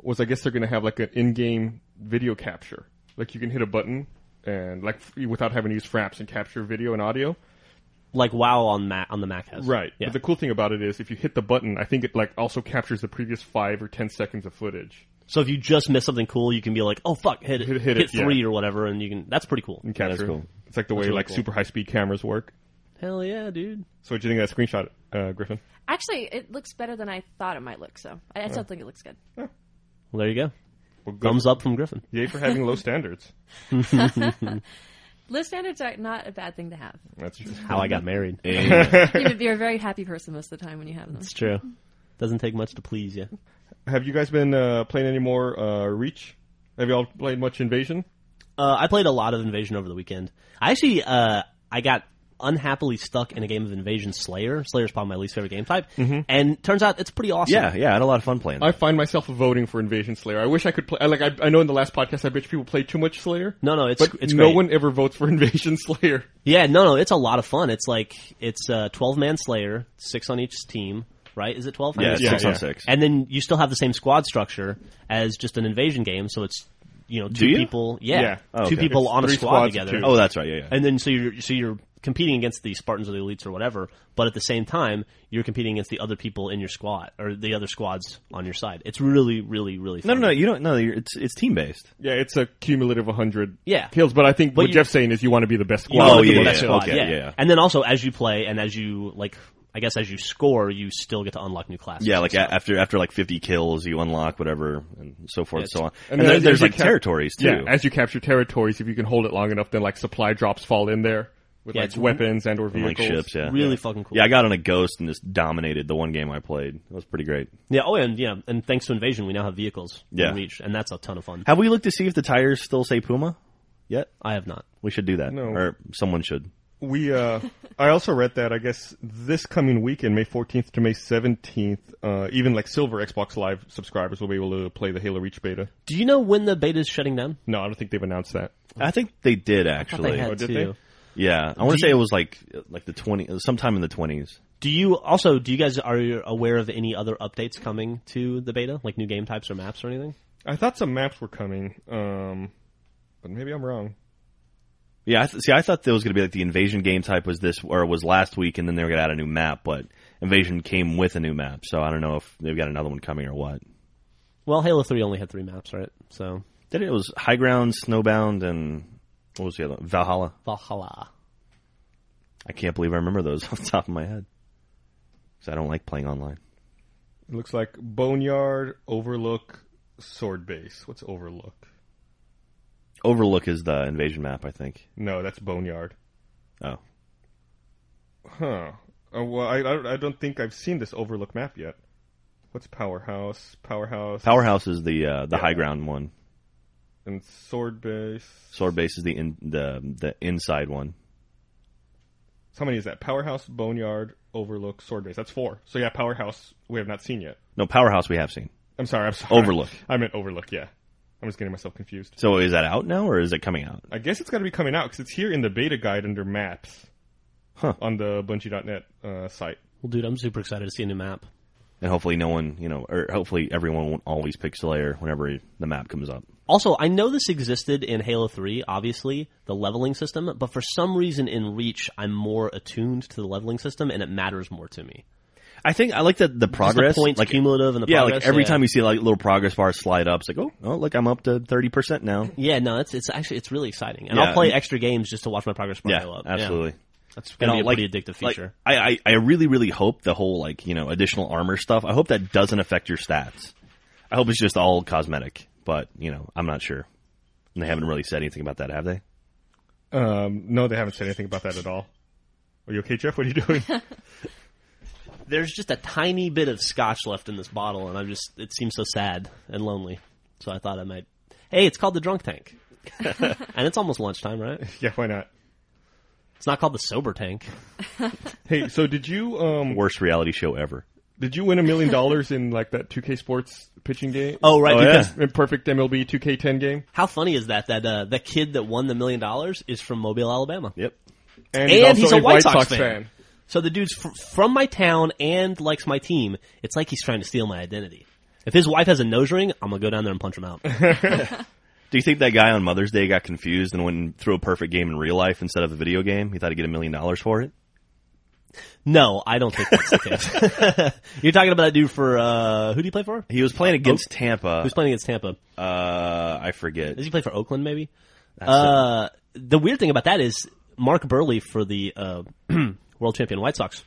S3: was I guess they're going to have like an in-game video capture. Like you can hit a button and like f- without having to use Fraps and capture video and audio.
S2: like WoW on Mac on the Mac has.
S3: Right.
S2: Yeah.
S3: But the cool thing about it is if you hit the button, I think it like also captures the previous five or ten seconds of footage
S2: so if you just miss something cool, you can be like, oh fuck, hit it,
S3: Hit- hit it, yeah.
S2: three or whatever, and you can. That's pretty cool.
S3: and capture.
S4: cool.
S3: It's like the way
S2: really
S3: like
S2: cool.
S3: super high speed cameras work.
S2: Hell yeah, dude.
S3: So what do you think of that screenshot, uh, Griffin?
S5: Actually, it looks better than I thought it might look. So I, I still think it looks good.
S2: Well, there you go.
S3: Well, good.
S2: Thumbs up from Griffin.
S3: Yay for having low standards.
S5: Low standards are not a bad thing
S2: [laughs]
S5: to have.
S3: That's true.
S2: How I got married. [laughs]
S5: You're- You're a very happy person most of the time when you have them.
S2: It's true. Doesn't take much to please you.
S3: Have you guys been uh, playing any more uh, Reach? Have y'all played much Invasion?
S2: Uh, I played a lot of Invasion over the weekend. I actually, uh, I got unhappily stuck in a game of Invasion Slayer. Slayer's probably my least favorite game type. And turns out it's pretty awesome.
S4: Mm-hmm. yeah, yeah, I had a lot of fun playing.
S3: I find myself voting for Invasion Slayer. I wish I could play. I, like I, I know in the last podcast, I bet you people play too much Slayer.
S2: No, no, it's
S3: but
S2: it's
S3: no
S2: great.
S3: one ever votes for [laughs] Invasion Slayer.
S2: Yeah, no, no, it's a lot of fun. It's like it's a twelve man Slayer, six on each team, right? Is it twelve?
S4: yeah, it's
S3: Yeah,
S4: six on
S3: yeah.
S4: six.
S2: And then you still have the same squad structure as just an invasion game, so it's you know two
S4: you?
S2: people, yeah,
S3: Yeah.
S4: Oh,
S2: two
S4: okay.
S2: people
S3: It's
S2: on a
S3: three
S2: squad
S3: squads of
S2: together.
S3: two.
S4: oh, that's right. Yeah, yeah.
S2: And then so you're so you're competing against the Spartans or the elites or whatever, but at the same time you're competing against the other people in your squad or the other squads on your side. It's really, really, really
S4: no,
S2: fun.
S4: no, no. You don't. No, you're, it's it's team based.
S3: Yeah, it's a cumulative 100
S2: Yeah.
S3: kills. But I think what
S2: you-
S3: Jeff's saying is you want to be the best
S2: You
S3: squad.
S4: Oh,
S2: wanna be
S4: yeah,
S2: the best
S4: yeah,
S2: squad,
S4: okay, yeah, yeah.
S2: And then also as you play and as you like, I guess as you score, you still get to unlock new classes.
S4: Yeah, like a, after after like fifty kills, you unlock whatever and so forth and so on. And,
S3: then
S4: there-
S3: as
S4: there's
S3: you
S4: like
S3: cap-
S4: territories too.
S3: Yeah, as you capture territories, if you can hold it long enough, then like supply drops fall in there with
S2: Yeah,
S3: like
S2: it's-
S3: weapons and or
S4: and, like
S3: vehicles.
S4: ships. Yeah,
S2: really fucking cool.
S4: Yeah, I got on a ghost and just dominated the one game I played. It was pretty great.
S2: Yeah. Oh, and yeah, and thanks to Invasion, we now have vehicles.
S4: Yeah.
S2: In reach, and that's a ton of fun.
S4: Have we looked to see if the tires still say Puma yet?
S2: I have not.
S4: We should do that.
S3: No.
S4: Or someone should.
S3: We, uh, I also read that I guess this coming weekend, May 14th to May 17th, uh, even like silver Xbox Live subscribers will be able to play the Halo Reach beta.
S2: Do you know when the beta is shutting down?
S3: No, I don't think they've announced that.
S4: I think they did
S2: I thought
S4: actually.
S2: they had
S3: Oh, did
S2: to.
S3: they?
S4: yeah, I want to say it was like like the twenty, sometime in the twenties.
S2: Do you also? Do you guys are you aware of any other updates coming to the beta, like new game types or maps or anything?
S3: I thought some maps were coming, um, but maybe I'm wrong.
S4: Yeah, I th- see, I thought there was going to be like the invasion game type was this or was last week, and then they were going to add a new map, but invasion came with a new map, so I don't know if they've got another one coming or what.
S2: Well, Halo Three only had three maps, right? So
S4: Then it was High Ground, Snowbound, and what was the other? Valhalla.
S2: Valhalla.
S4: I can't believe I remember those [laughs] off the top of my head because I don't like playing online.
S3: It looks like Boneyard, Overlook, Sword Base. What's Overlook?
S4: Overlook is the invasion map, I think.
S3: No, that's Boneyard.
S4: Oh,
S3: Huh. Uh, well, I, I don't- I don't think I've seen this Overlook map yet. What's Powerhouse? Powerhouse.
S4: Powerhouse is the uh, the High Ground one.
S3: and Sword Base.
S4: Sword Base is the in, the the inside one.
S3: So how many is that? Powerhouse, Boneyard, Overlook, Sword Base. That's four. So yeah, Powerhouse we have not seen yet.
S4: No, Powerhouse we have seen.
S3: I'm sorry. I'm sorry.
S4: Overlook.
S3: I meant Overlook. Yeah. I'm just getting myself confused.
S4: So is that out now or is it coming out?
S3: I guess it's got to be coming out because it's here in the beta guide under maps.
S4: Huh.
S3: On the Bungie.net uh, site.
S2: Well, dude, I'm super excited to see a new map.
S4: And hopefully no one, you know, or hopefully everyone won't always pick Slayer whenever the map comes up.
S2: Also, I know this existed in Halo 3, obviously, the leveling system, but for some reason in Reach, I'm more attuned to the leveling system and it matters more to me.
S4: I think I like that the
S2: Just the
S4: progress,
S2: points
S4: like
S2: cumulative and the
S4: yeah,
S2: progress,
S4: like every
S2: yeah.
S4: time you see like little progress bar slide up, it's like oh, oh look, I'm up to thirty percent now.
S2: Yeah, no, it's it's actually it's really exciting, and
S4: Yeah.
S2: I'll play extra games just to watch my progress bar go
S4: Yeah,
S2: up.
S4: absolutely.
S2: yeah. that's gonna
S4: And
S2: be a
S4: I'll, like-
S2: pretty addictive
S4: like,
S2: feature.
S4: I, I I really really hope the whole like you know additional armor stuff. I hope that doesn't affect your stats. I hope it's just all cosmetic, but you know I'm not sure. And they haven't really said anything about that, have they?
S3: Um, no, they haven't said anything about that at all. Are you okay, Jeff? What are you doing?
S2: There's just a tiny bit of scotch left in this bottle, and I'm just it seems so sad and lonely. So I thought I might. Hey, it's called the drunk tank, and it's almost lunchtime, right?
S3: yeah, why not?
S2: It's not called the sober tank.
S3: Hey, so did you um
S4: Worst reality show ever.
S3: did you win a million dollars in like that 2K Sports pitching game?
S2: Oh right,
S4: Oh, yeah.
S2: because
S3: In perfect MLB 2K10 game,
S2: how funny is that? That uh, the kid that won the million dollars is from Mobile, Alabama.
S4: Yep.
S3: and,
S2: And he's
S3: also
S2: a White Sox fan. So the dude's fr- from my town and likes my team. It's like he's trying to steal my identity. If his wife has a nose ring, I'm gonna go down there and punch him [laughs] out.
S4: Do you think that guy on Mother's Day got confused and went and threw a perfect game in real life instead of the video game? He thought he'd get a million dollars for it.
S2: No, I don't think that's the [laughs] case. You're talking about that dude for uh who do you play for?
S4: He was playing against
S2: Oh.
S4: Tampa.
S2: Who's playing against Tampa?
S4: Uh, I forget.
S2: Does he play for Oakland maybe?
S4: That's
S2: Uh the weird thing about that is Mark Burley for the uh [clears throat] world champion White Sox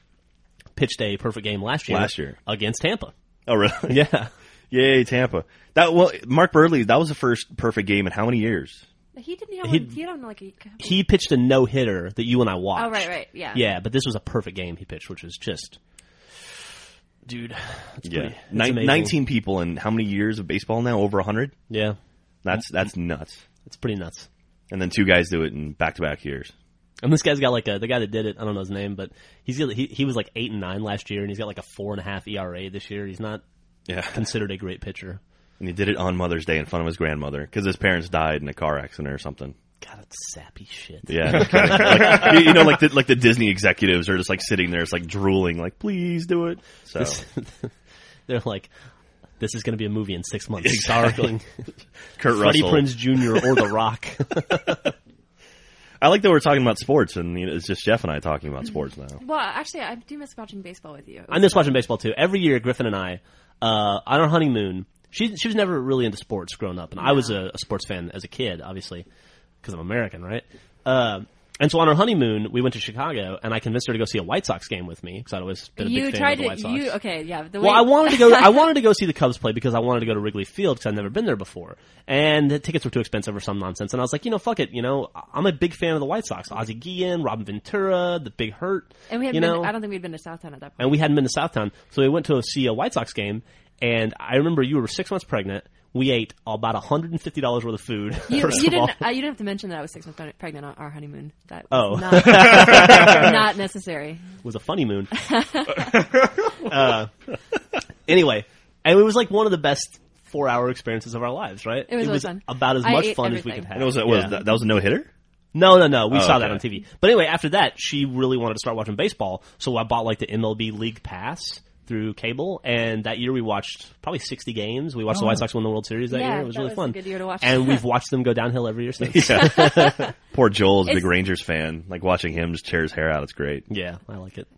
S2: pitched a perfect game last year
S4: Last year.
S2: against Tampa.
S4: it. oh, really?
S2: Yeah.
S4: [laughs] Yay, Tampa. That well, Mark Burley. That was the first perfect game in how many years?
S5: He didn't have
S2: He-
S5: one. He had one like a.
S2: He pitched a no hitter that you and I watched.
S5: Oh right, right, yeah.
S2: Yeah, but this was a perfect game he pitched, which was just dude. That's pretty, that's
S4: Nin-
S2: amazing.
S4: nineteen people in how many years of baseball now? Over hundred.
S2: Yeah. Mm-hmm.
S4: That's that's nuts.
S2: It's pretty nuts.
S4: And then two guys do it in back to back years.
S2: And this guy's got like a the guy that did it. I don't know his name, but he's got- he he was like eight and nine last year, and he's got like a four and a half ERA this year. He's not
S4: Yeah.
S2: considered a great pitcher.
S4: And he did it on Mother's Day in front of his grandmother because his parents died in a car accident or something.
S2: God, that's sappy shit.
S4: Yeah, no kidding.
S2: [laughs]
S4: Like, you, you know, like the, like the Disney executives are just like sitting there, it's like drooling, like please do it. So
S2: [laughs] They're like, this is going to be a movie in six months, starring
S4: [laughs] Kurt
S2: [laughs] Freddie
S4: Russell,
S2: Prinze Jr. or
S5: [laughs]
S2: The Rock.
S4: I like that we're talking about sports, and you know, it's just Jeff and I talking about sports now.
S5: Well, actually, I do miss watching baseball with you. It
S2: I
S5: was-
S2: miss watching baseball too. Every year, Griffin and I, uh, on our honeymoon, she she was never really into sports growing up, and I was a, a sports fan as a kid, obviously, because I'm American, right? Uh, and so on our honeymoon, we went to Chicago, and I convinced her to go see a White Sox game with me because I'd always been a
S5: you
S2: big fan
S5: tried
S2: of the White
S5: to.
S2: Sox.
S5: You okay? Yeah. The
S2: Well,
S5: way,
S2: I wanted to go.
S5: [laughs]
S2: I wanted to go see the Cubs play because I wanted to go to Wrigley Field because I'd never been there before, and the tickets were too expensive or some nonsense. And I was like, you know, fuck it. You know, I- I'm a big fan of the White Sox. Ozzie Guillen, Robin Ventura, the Big Hurt.
S5: and we had
S2: you
S5: been.
S2: know,
S5: I don't think we'd been to Southtown at that point.
S2: and we hadn't been to Southtown, so we went to see a White Sox game. And I remember you were six months pregnant. We ate about hundred and fifty dollars worth of food. [laughs]
S5: You,
S2: [laughs] first
S5: you
S2: of all,
S5: didn't. Uh, you didn't have to mention that I was six months pregnant on our honeymoon. That
S2: Oh.
S5: was not, not [laughs] necessary.
S2: it was a funny moon.
S5: [laughs]
S2: uh, anyway, and it was like one of the best four-hour experiences of our lives. Right?
S5: It was always fun.
S2: about as
S5: I
S2: much
S5: ate
S2: fun as we
S5: everything.
S2: could have.
S4: And it was, it was
S2: Yeah.
S4: that, that was a no hitter.
S2: No, no, no. We
S4: Oh,
S2: saw
S4: okay.
S2: that on TV. But anyway, after that, she really wanted to start watching baseball, so I bought like the MLB League Pass through cable. And that year, we watched probably sixty games. We watched the White Sox win the World Series that
S5: Oh. Yeah,
S2: year. It was
S5: that
S2: really
S5: was
S2: fun.
S5: a good year to watch.
S2: And
S5: [laughs]
S2: we've watched them go downhill every year since.
S4: Poor Joel is a big
S5: It's-
S4: Rangers fan. Like watching him just tear his hair out. It's great.
S2: yeah, I like it.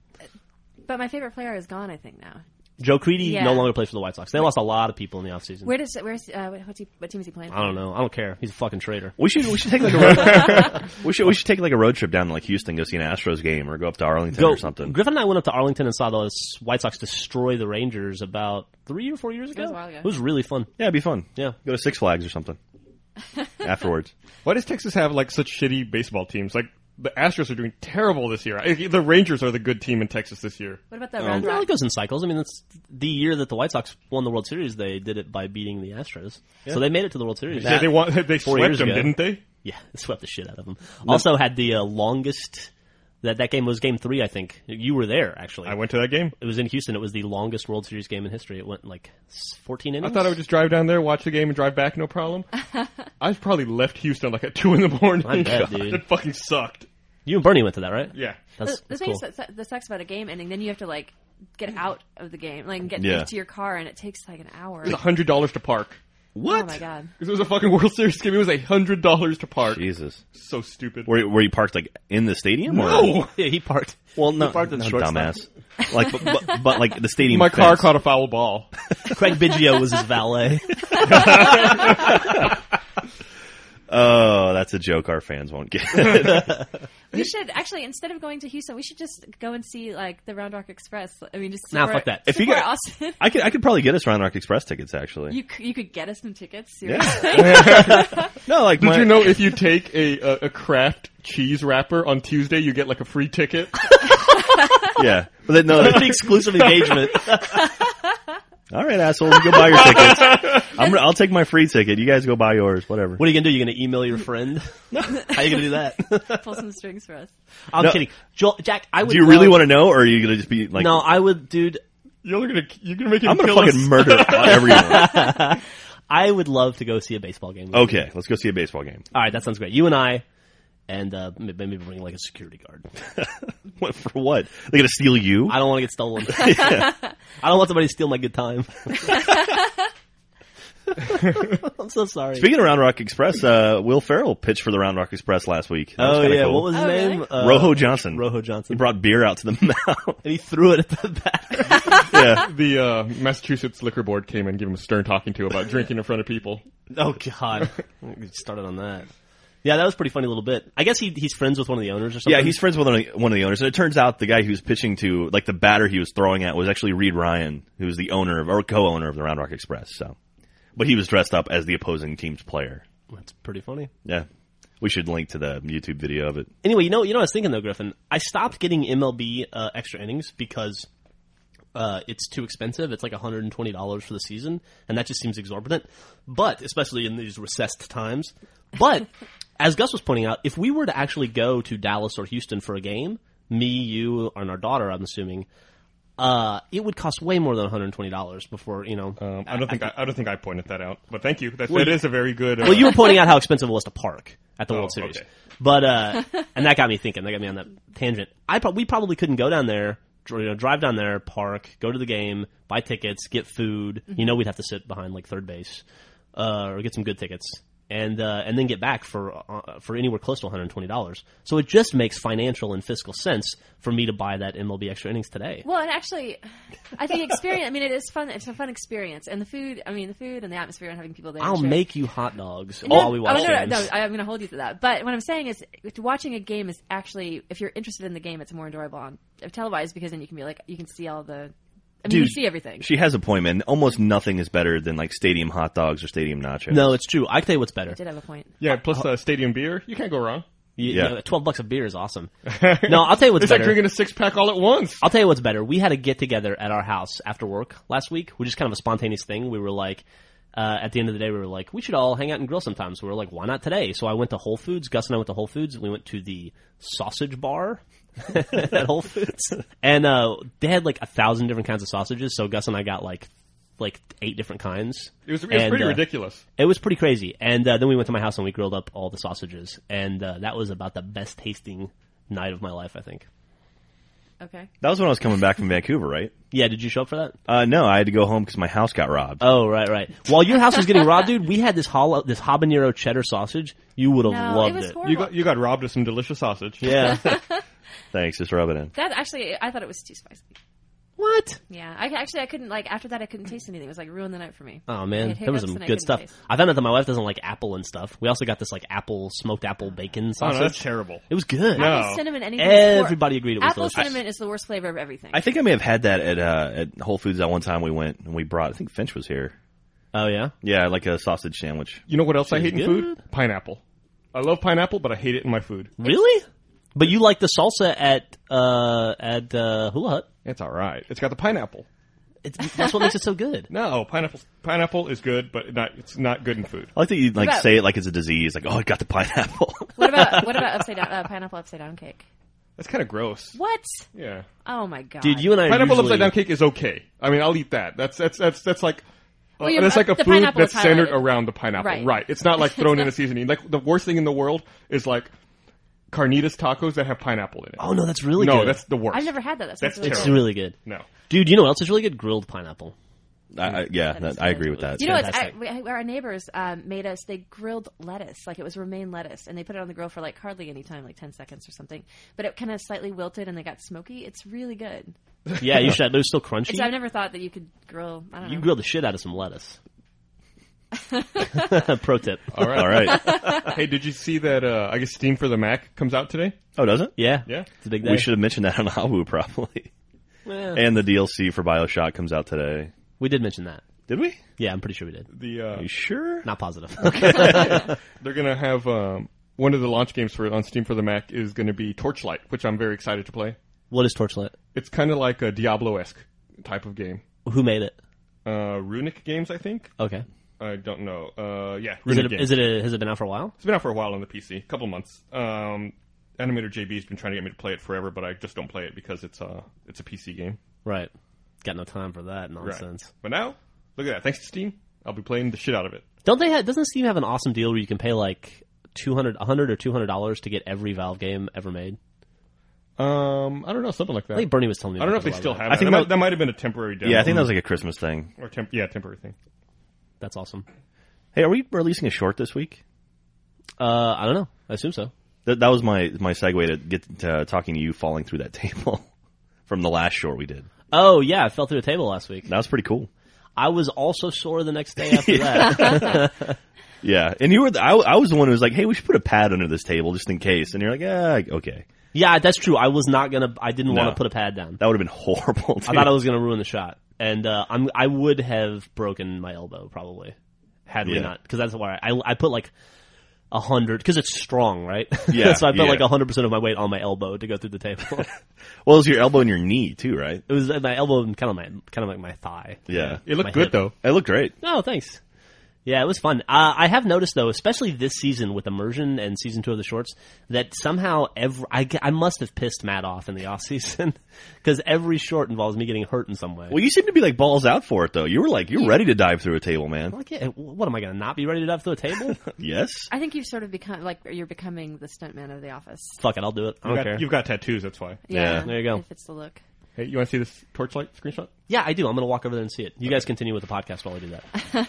S5: But my favorite player is gone. I think now.
S2: Joe Creedy
S5: Yeah.
S2: no longer plays for the White Sox. They lost a lot of people in the offseason.
S5: Where does? Where's? Uh, what's he, what team is he playing?
S2: I don't know. I don't care. He's a fucking traitor.
S4: We should we
S3: [laughs]
S4: should take like a road, we should we should take like a road trip down to like Houston, go see an Astros game, or go up to Arlington
S2: Go,
S4: or something.
S2: Griffin and I went up to Arlington and saw the S- White Sox destroy the Rangers about three or four years ago.
S5: was a while ago.
S2: It was really fun.
S4: yeah, it'd be fun.
S2: Yeah.
S4: go to Six Flags or something afterwards.
S3: Why does Texas have like such shitty baseball teams? Like the Astros are doing terrible this year. I, the Rangers are the good team in Texas this year.
S5: What about the Round
S2: Um, Well,
S5: Rock?
S2: it goes in cycles. I mean, that's the year that the White Sox won the World Series. They did it by beating the Astros, so they made it to the World Series.
S3: yeah, they won. [laughs] They
S2: four
S3: swept
S2: years
S3: them,
S2: ago.
S3: didn't they?
S2: Yeah, they swept the shit out of them. Also had the uh, longest. That that game was Game Three, I think. You were there actually.
S3: I went to that game.
S2: It was in Houston. It was the longest World Series game in history. It went like s- fourteen
S3: I
S2: innings.
S3: thought I would just drive down there, watch the game, and drive back, no problem. I probably left Houston like at two in the morning.
S2: I bet,
S3: God,
S2: dude.
S3: It fucking sucked.
S2: you and Bernie went to that, right?
S3: Yeah.
S5: The,
S2: that's,
S5: the
S2: that's
S5: thing
S2: cool.
S5: is that that sucks about a game ending. Then you have to like get out of the game, like get
S4: Yeah.
S5: to your car, and it takes like an hour.
S3: It was hundred dollars to park.
S5: Oh my god.
S3: Because it was a fucking World Series game. It was hundred dollars to park.
S4: Jesus,
S3: So stupid.
S4: were were you parked like in the stadium? Or?
S3: No!
S2: Oh! [laughs] Yeah, he parked.
S4: Well, no,
S2: He parked at
S4: no,
S2: shortstop.
S4: dumbass. Like, but, but, but like the stadium.
S3: My car
S4: fence.
S3: caught a
S2: [laughs]
S3: foul ball.
S2: [laughs] Craig Biggio was his [laughs] valet.
S4: Oh, that's a joke our fans won't
S3: [laughs]
S4: get.
S5: We should actually instead of going to Houston, we should just go and see like the Round Rock Express. I mean, just
S2: Nah,
S5: super,
S2: fuck that.
S4: If you
S5: super
S4: get-
S5: Austin,
S4: I could I could probably get us Round Rock Express tickets actually.
S5: [laughs] you c- you could get us some tickets. seriously.
S4: yeah. [laughs] no, like
S3: Did
S4: my,
S3: you know if you take a, a a craft cheese wrapper on Tuesday, you get like a free ticket?
S2: [laughs]
S4: Yeah, but
S3: [laughs]
S4: then, no.
S2: the
S4: that-
S2: exclusive engagement.
S4: all right, assholes, go buy your tickets.
S3: [laughs]
S4: I'm, gonna- I'll take my free ticket. You guys go buy yours. Whatever.
S2: What are you gonna do? You gonna email your [laughs] friend? How you gonna do that?
S5: [laughs] Pull some strings for us.
S2: [laughs] I'm
S4: No.
S2: kidding, Joel, Jack. I would.
S4: Do you really
S2: want
S4: want to know, or are you gonna just be like?
S2: No, I would, dude.
S3: You're gonna you're gonna make him
S4: I'm gonna
S3: kill
S4: fucking
S2: [laughs]
S3: us.
S4: murder everyone.
S2: I would love to go see a baseball game.
S4: Oh. Okay, let's go see a baseball game. [laughs]
S2: All right, that sounds great. You and I, and uh, m- maybe bring like a security guard.
S4: What, for what? They're gonna steal you?
S2: I don't want to get
S4: [laughs]
S2: stolen. I don't want somebody to steal my good [laughs] time. I'm so sorry.
S4: Speaking of Round Rock Express, uh, Will Ferrell pitched for the Round Rock Express last week. That was
S2: oh
S4: kinda
S2: yeah,
S4: cool.
S2: what was his
S5: Oh, really?
S2: name? Uh,
S4: Rojo Johnson?
S2: Rojo
S4: He
S2: Johnson.
S4: brought beer out to the [laughs] mouth.
S2: [laughs] and he threw it at the [laughs] back.
S4: yeah,
S3: The uh, Massachusetts Liquor Board came and gave him a stern talking to about drinking in front of people.
S2: oh god, we started on that. Yeah, that was a pretty funny little bit. I guess he he's friends with one of the owners or something.
S4: [laughs] yeah. He's friends with one of the- one of the owners, and it turns out the guy he was pitching to, like the batter he was throwing at, was actually Reed Ryan, who was the owner of or co-owner of the Round Rock Express. So, but he was dressed up as the opposing team's player.
S2: that's pretty funny.
S4: Yeah, we should link to the YouTube video of it.
S2: Anyway, you know, you know, what I was thinking though, Griffin. I stopped getting MLB uh, extra innings because uh, it's too expensive. It's like one hundred and twenty dollars for the season, and that just seems exorbitant. But especially in these recessed times. But as Gus was pointing out, if we were to actually go to Dallas or Houston for a game, me, you, and our daughter, I'm assuming, uh, it would cost way more than one hundred and twenty dollars before you know.
S3: Um, I don't think I, I don't think I pointed that out, but thank you. That,
S2: Well,
S3: that is a very good. Uh,
S2: Well, you were pointing out how expensive it was to park at the World Series,
S3: okay.
S2: but uh, and that got me thinking. That got me on that tangent. I prob- we probably couldn't go down there, dr- you know, drive down there, park, go to the game, buy tickets, get food.
S5: Mm-hmm.
S2: You know, we'd have to sit behind like third base uh, or get some good tickets, and uh, and then get back for uh, for anywhere close to one hundred twenty dollars. So it just makes financial and fiscal sense for me to buy that MLB extra innings today.
S5: Well, and actually, I think experience. I mean, it is fun. It's a fun experience, and the food. I mean, the food and the atmosphere and having people there.
S2: I'll
S5: sure.
S2: make you hot dogs
S5: No,
S2: while we watch
S5: oh, no, no,
S2: games.
S5: no, I- I'm going to hold you to that. But what I'm saying is, if watching a game is actually, if you're interested in the game, it's more enjoyable on if televised because then you can be like, you can see all the, I mean, you
S4: Dude,
S5: see everything.
S4: She has a point, man. Almost nothing is better than like stadium hot dogs or stadium nachos.
S2: No, it's true. I can tell you what's better.
S5: I did have a point.
S3: yeah, plus uh, stadium beer. You can't go wrong.
S2: You,
S4: Yeah.
S2: you know, twelve bucks a beer is awesome.
S3: [laughs]
S2: No, I'll tell you what's
S3: It's like
S2: better.
S3: drinking a six pack all at once.
S2: I'll tell you what's better. We had a get together at our house after work last week, which is kind of a spontaneous thing. We were like, uh, at the end of the day, we were like, we should all hang out and grill sometimes. We were like, why not today? So I went to Whole Foods. Gus and I went to Whole Foods. We went to the sausage bar [laughs] at Whole Foods, and uh, they had like a thousand different kinds of sausages. So Gus and I got like like eight different kinds.
S3: It was, it was
S2: And,
S3: pretty
S2: uh,
S3: ridiculous.
S2: It was pretty crazy. And uh, then we went to my house and we grilled up all the sausages, and uh, that was about the best tasting night of my life, I think.
S5: Okay.
S4: that was when I was coming back from Vancouver, right?
S2: Yeah, did you show up for that?
S4: Uh, no, I had to go home because my house got robbed.
S2: Oh, right, right. While your house was getting robbed, dude, we had this hollow, this habanero cheddar sausage. You would have
S5: No,
S2: loved
S5: it was horrible.
S3: You got you got robbed of some delicious sausage.
S2: Yeah.
S5: [laughs]
S4: Thanks, just rub it in.
S5: that actually, I thought it was too spicy.
S2: what?
S5: Yeah, I actually I couldn't like after that I couldn't taste anything. It was like ruined the night for me.
S2: Oh
S5: I
S2: man,
S5: had
S2: there was
S5: hiccups
S2: some
S5: and I
S2: good
S5: couldn't
S2: stuff.
S5: taste.
S2: I found out that my wife doesn't like apple and stuff. We also got this like apple smoked apple bacon
S3: Oh,
S2: sausage.
S3: no, that's terrible.
S2: It was good.
S3: No.
S5: Apple cinnamon, anything. is hor-
S2: Everybody agreed it was
S5: Apple
S2: delicious.
S5: cinnamon is the worst flavor of everything.
S4: I think I may have had that at uh, at Whole Foods that one time we went and we brought. I think Finch was here.
S2: Oh yeah.
S4: Yeah, like a sausage sandwich.
S3: You know what else I hate in
S2: good.
S3: food? Pineapple. I love pineapple, but I hate it in my food.
S2: Really? But you like the salsa at uh at uh Hula Hut.
S3: It's all right. It's got the pineapple.
S2: It's, that's what makes it so good.
S3: No, pineapple pineapple is good, but not it's not good in food.
S4: I like that you like
S5: about-
S4: say it like it's a disease. Like, oh, I got the pineapple. [laughs]
S5: what
S2: [laughs]
S5: about what about upside down uh, pineapple upside down cake?
S3: That's kind of gross.
S5: What?
S3: Yeah,
S5: Oh my god,
S2: Dude, you and I are
S3: pineapple
S2: usually,
S3: upside down cake is okay. I mean, I'll eat that. That's that's that's that's like.
S5: Well,
S3: uh,
S5: you're-
S3: that's like a
S5: the
S3: food
S5: pineapple
S3: that's
S5: is
S3: centered
S5: highlighted.
S3: around the pineapple,
S5: Right.
S3: It's not like thrown
S2: [laughs]
S3: in a seasoning. Like the worst thing in the world is like carnitas tacos that have pineapple in it.
S2: Oh no, that's really
S3: no,
S2: good.
S3: that's the worst.
S5: I've never had that. That's,
S3: That's
S5: really
S2: it's
S3: terrible.
S2: really good.
S3: No,
S2: Dude, you know what else is really good? Grilled
S3: [laughs]
S2: pineapple.
S4: I, I, yeah, that, I agree with that.
S5: You know, it's, I,
S2: Fantastic.
S5: we, I- our neighbors um, made us. They grilled lettuce, like it was romaine lettuce, and they put it on the grill for like hardly any time, like ten seconds or something. But it kind of slightly wilted, and they got smoky. It's really good.
S2: Yeah, you should. It was still crunchy.
S5: It's, I've never thought that you could grill. I don't
S2: You
S5: know.
S2: grill the shit out of some lettuce.
S5: [laughs]
S2: [laughs] Pro tip.
S3: all right.
S4: All right.
S2: [laughs]
S3: Hey, did you see that? Uh, I guess Steam for the Mac comes out today.
S4: Oh, does it?
S2: Yeah.
S3: Yeah.
S2: It's a big day.
S4: We should have mentioned that on [laughs] Abu probably.
S2: Yeah.
S4: And the DLC for Bioshock comes out today.
S2: We did mention that.
S4: Did we?
S2: Yeah, I'm pretty sure we did.
S3: The uh,
S4: You sure?
S2: Not positive.
S3: they're gonna have um, one of the launch games for on Steam for the Mac is gonna be Torchlight, which I'm very excited to play.
S2: [laughs] what is Torchlight?
S3: It's kind of like a Diablo esque type of game.
S2: Who made it?
S3: Uh, Runic Games, I think.
S2: Okay.
S3: I don't know. Uh, yeah,
S2: Is it,
S3: Runic
S2: a,
S3: Games.
S2: is it a, has it been out for a while?
S3: has been out for a while on the PC, a couple months. Um, Animator JB's been trying to get me to play it forever, but I just don't play it because it's a it's a PC game.
S2: Right. Got no time for that nonsense.
S3: But now, look at that. Thanks to Steam, I'll be playing the shit out of it.
S2: Don't they have, doesn't Steam have an awesome deal where you can pay like 200 100 or 200 dollars to get every Valve game ever made.
S3: Um, I don't know, something like that.
S2: I think Bernie was telling me.
S3: I don't know if
S2: about
S3: they
S2: that a
S3: still
S2: while back.
S3: have.
S4: I
S3: it.
S4: think
S3: that, might,
S4: that-
S3: that might have been a temporary. Demo.
S4: Yeah, I think that was like a Christmas thing.
S3: or temp- yeah, temporary thing.
S2: That's awesome.
S4: Hey, are we releasing a short this week?
S2: Uh, I don't know. I assume so.
S4: That, that was my my segue to get to talking to you falling through that [laughs] table from the last short we did.
S2: Oh yeah, I fell through a table last week.
S4: That was pretty cool.
S2: I was also sore the next day
S4: [laughs]
S2: after that.
S4: Yeah, and you were the, I, I was the one who was like, "Hey, we should put a pad under this table just in case." And you're like, "Yeah, okay."
S2: yeah, that's true. I was not gonna. I didn't want
S4: No.
S2: to put a pad down.
S4: That would have been [laughs] horrible. Dude.
S2: I thought I was gonna ruin the shot, and uh, I'm I would have broken my elbow probably had we
S4: Yeah.
S2: not because that's why I I put like a hundred because it's strong, right? [laughs]
S4: Yeah,
S2: so I put
S4: yeah.
S2: like a hundred percent of my weight on my elbow to go through the table. [laughs]
S4: well, it was your elbow and your knee too, right?
S2: it was at my elbow and kind of my kind of like my thigh.
S4: Yeah,
S3: It
S2: My
S3: looked good
S2: hip.
S3: though.
S4: it looked great.
S2: No, Oh, thanks. Yeah, it was fun. Uh, I have noticed though, especially this season with immersion and season two of the shorts, that somehow every I, g- I must have pissed Matt off in the off season [laughs] because every short involves me getting hurt in some way.
S4: Well, you seem to be like balls out for it though. You were like, you're ready to dive through a table, man.
S2: Like, eh, what am I going to not be ready to dive through a table?
S4: Yes.
S5: I think you've sort of become like you're becoming the stuntman of the office.
S2: Fuck it, I'll do it. I don't
S3: You've got,
S2: care.
S3: you've got tattoos, that's why.
S4: Yeah.
S2: There you go.
S5: If it's the look.
S3: Hey, you want to see this torchlight screenshot?
S2: Yeah, I do. I'm going to walk over there and see it. You guys continue with the podcast while I do that.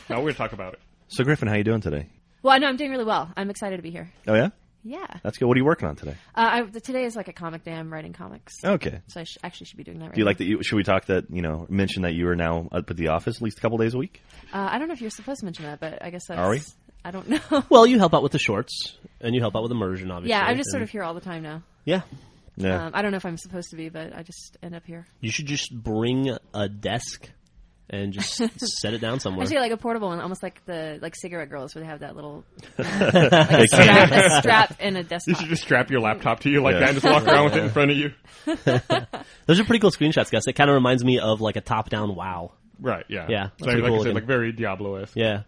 S3: No, we're gonna talk about it.
S4: So, Griffin, how you doing today?
S5: Well, I know I'm doing really well. I'm excited to be here.
S4: Oh yeah,
S5: Yeah. Uh,
S4: that's good. What are you working on today?
S5: I, today is like a comic day. I'm writing comics,
S4: Okay.
S5: so I sh- actually should be doing that. Right
S4: Oh. Do you
S5: now.
S4: like that? You, should we talk that? You know, mention that you are now up at the office at least a couple days a week.
S5: Uh, I don't know if you're supposed to mention that, but I guess that's.
S4: Are we?
S5: I don't [laughs] know.
S2: well, you help out with the shorts and you help out with immersion, obviously.
S5: yeah, I'm just sort
S2: and-
S5: of here all the time now.
S2: Yeah.
S4: Yeah.
S5: Um, I don't know if I'm supposed to be, but I just end up here.
S2: You should just bring a desk and
S5: [laughs]
S2: just set it down somewhere.
S5: Actually, like a portable one, almost like the like cigarette girls, where they have that
S4: [laughs]
S5: little
S4: They can't-
S5: strap, a strap and a
S3: You
S5: desktop.
S3: should just strap your laptop to you like
S4: Yeah.
S3: that and just walk around with it in front of you.
S2: Those are pretty cool screenshots, guys. It kind of reminds me of like a top-down WoW.
S3: Right, yeah.
S2: Yeah,
S3: So,
S2: that's cool
S3: like I said,
S2: looking.
S3: like very Diablo esque.
S2: Yeah.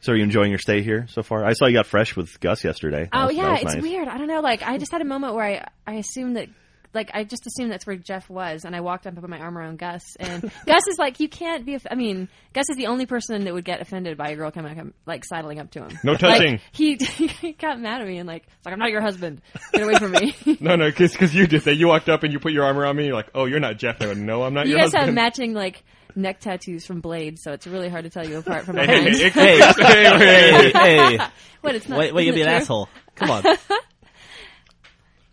S4: so, are you enjoying your stay here so far? I saw you got fresh with Gus yesterday. That
S5: Oh
S4: was- that
S5: yeah,
S4: was
S5: it's
S4: nice.
S5: weird. I don't know. Like I just had a moment where I I assumed that like I just assumed that's where Jeff was, and I walked up and put my arm around Gus,
S3: [laughs]
S5: and Gus is like, you can't be. Off- I mean, Gus is the only person that would get offended by a girl coming up, like sidling up to him.
S3: No touching.
S5: [laughs] Like, he, he got mad at me and like, it's like I'm not your husband. Get away
S3: [laughs]
S5: from me.
S3: No, no, because you did that. You walked up and you put your arm around me. You're like, oh, you're not Jeff. I went, no, I'm not
S5: [laughs] you
S3: your
S5: guys have
S3: husband.
S5: matching like neck tattoos from Blade, so it's really hard to tell you
S3: [laughs]
S5: apart from
S3: Hey, hey,
S5: behind.
S3: it- hey, [laughs] hey, hey, hey.
S2: Hey, hey,
S5: what it's not.
S2: wait, wait,
S5: isn't
S2: you'll be
S5: it
S2: an
S5: true?
S2: asshole. Come
S5: [laughs]
S2: on.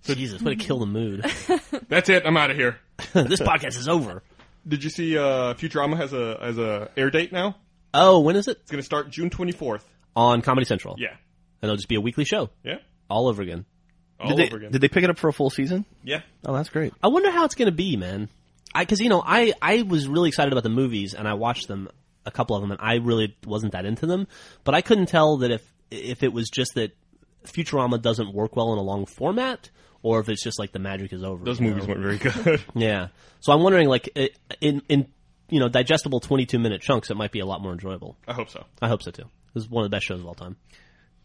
S2: Jesus, way to kill the mood. [laughs]
S3: That's it. I'm out of here.
S2: this podcast is over.
S3: Did you see uh, Futurama has a has a air date now?
S2: Oh, when is it?
S3: It's going to start June 24th.
S2: On Comedy Central.
S3: Yeah,
S2: And it'll just be a weekly show
S3: yeah.
S2: all over again.
S3: All
S4: Did they,
S3: over again.
S4: did they pick it up for a full season?
S3: yeah.
S4: Oh, that's great.
S2: I wonder how it's going to be, man. I because you know I I was really excited about the movies and I watched them a couple of them and I really wasn't that into them, but I couldn't tell that if if it was just that Futurama doesn't work well in a long format or if it's just like the magic is over.
S3: Those
S2: you
S3: movies
S2: know?
S3: weren't very good.
S2: Yeah. So I'm wondering like i- in in you know digestible 22 minute chunks it might be a lot more enjoyable.
S3: [laughs] I hope so.
S2: I hope so too. This is one of the best shows of all time.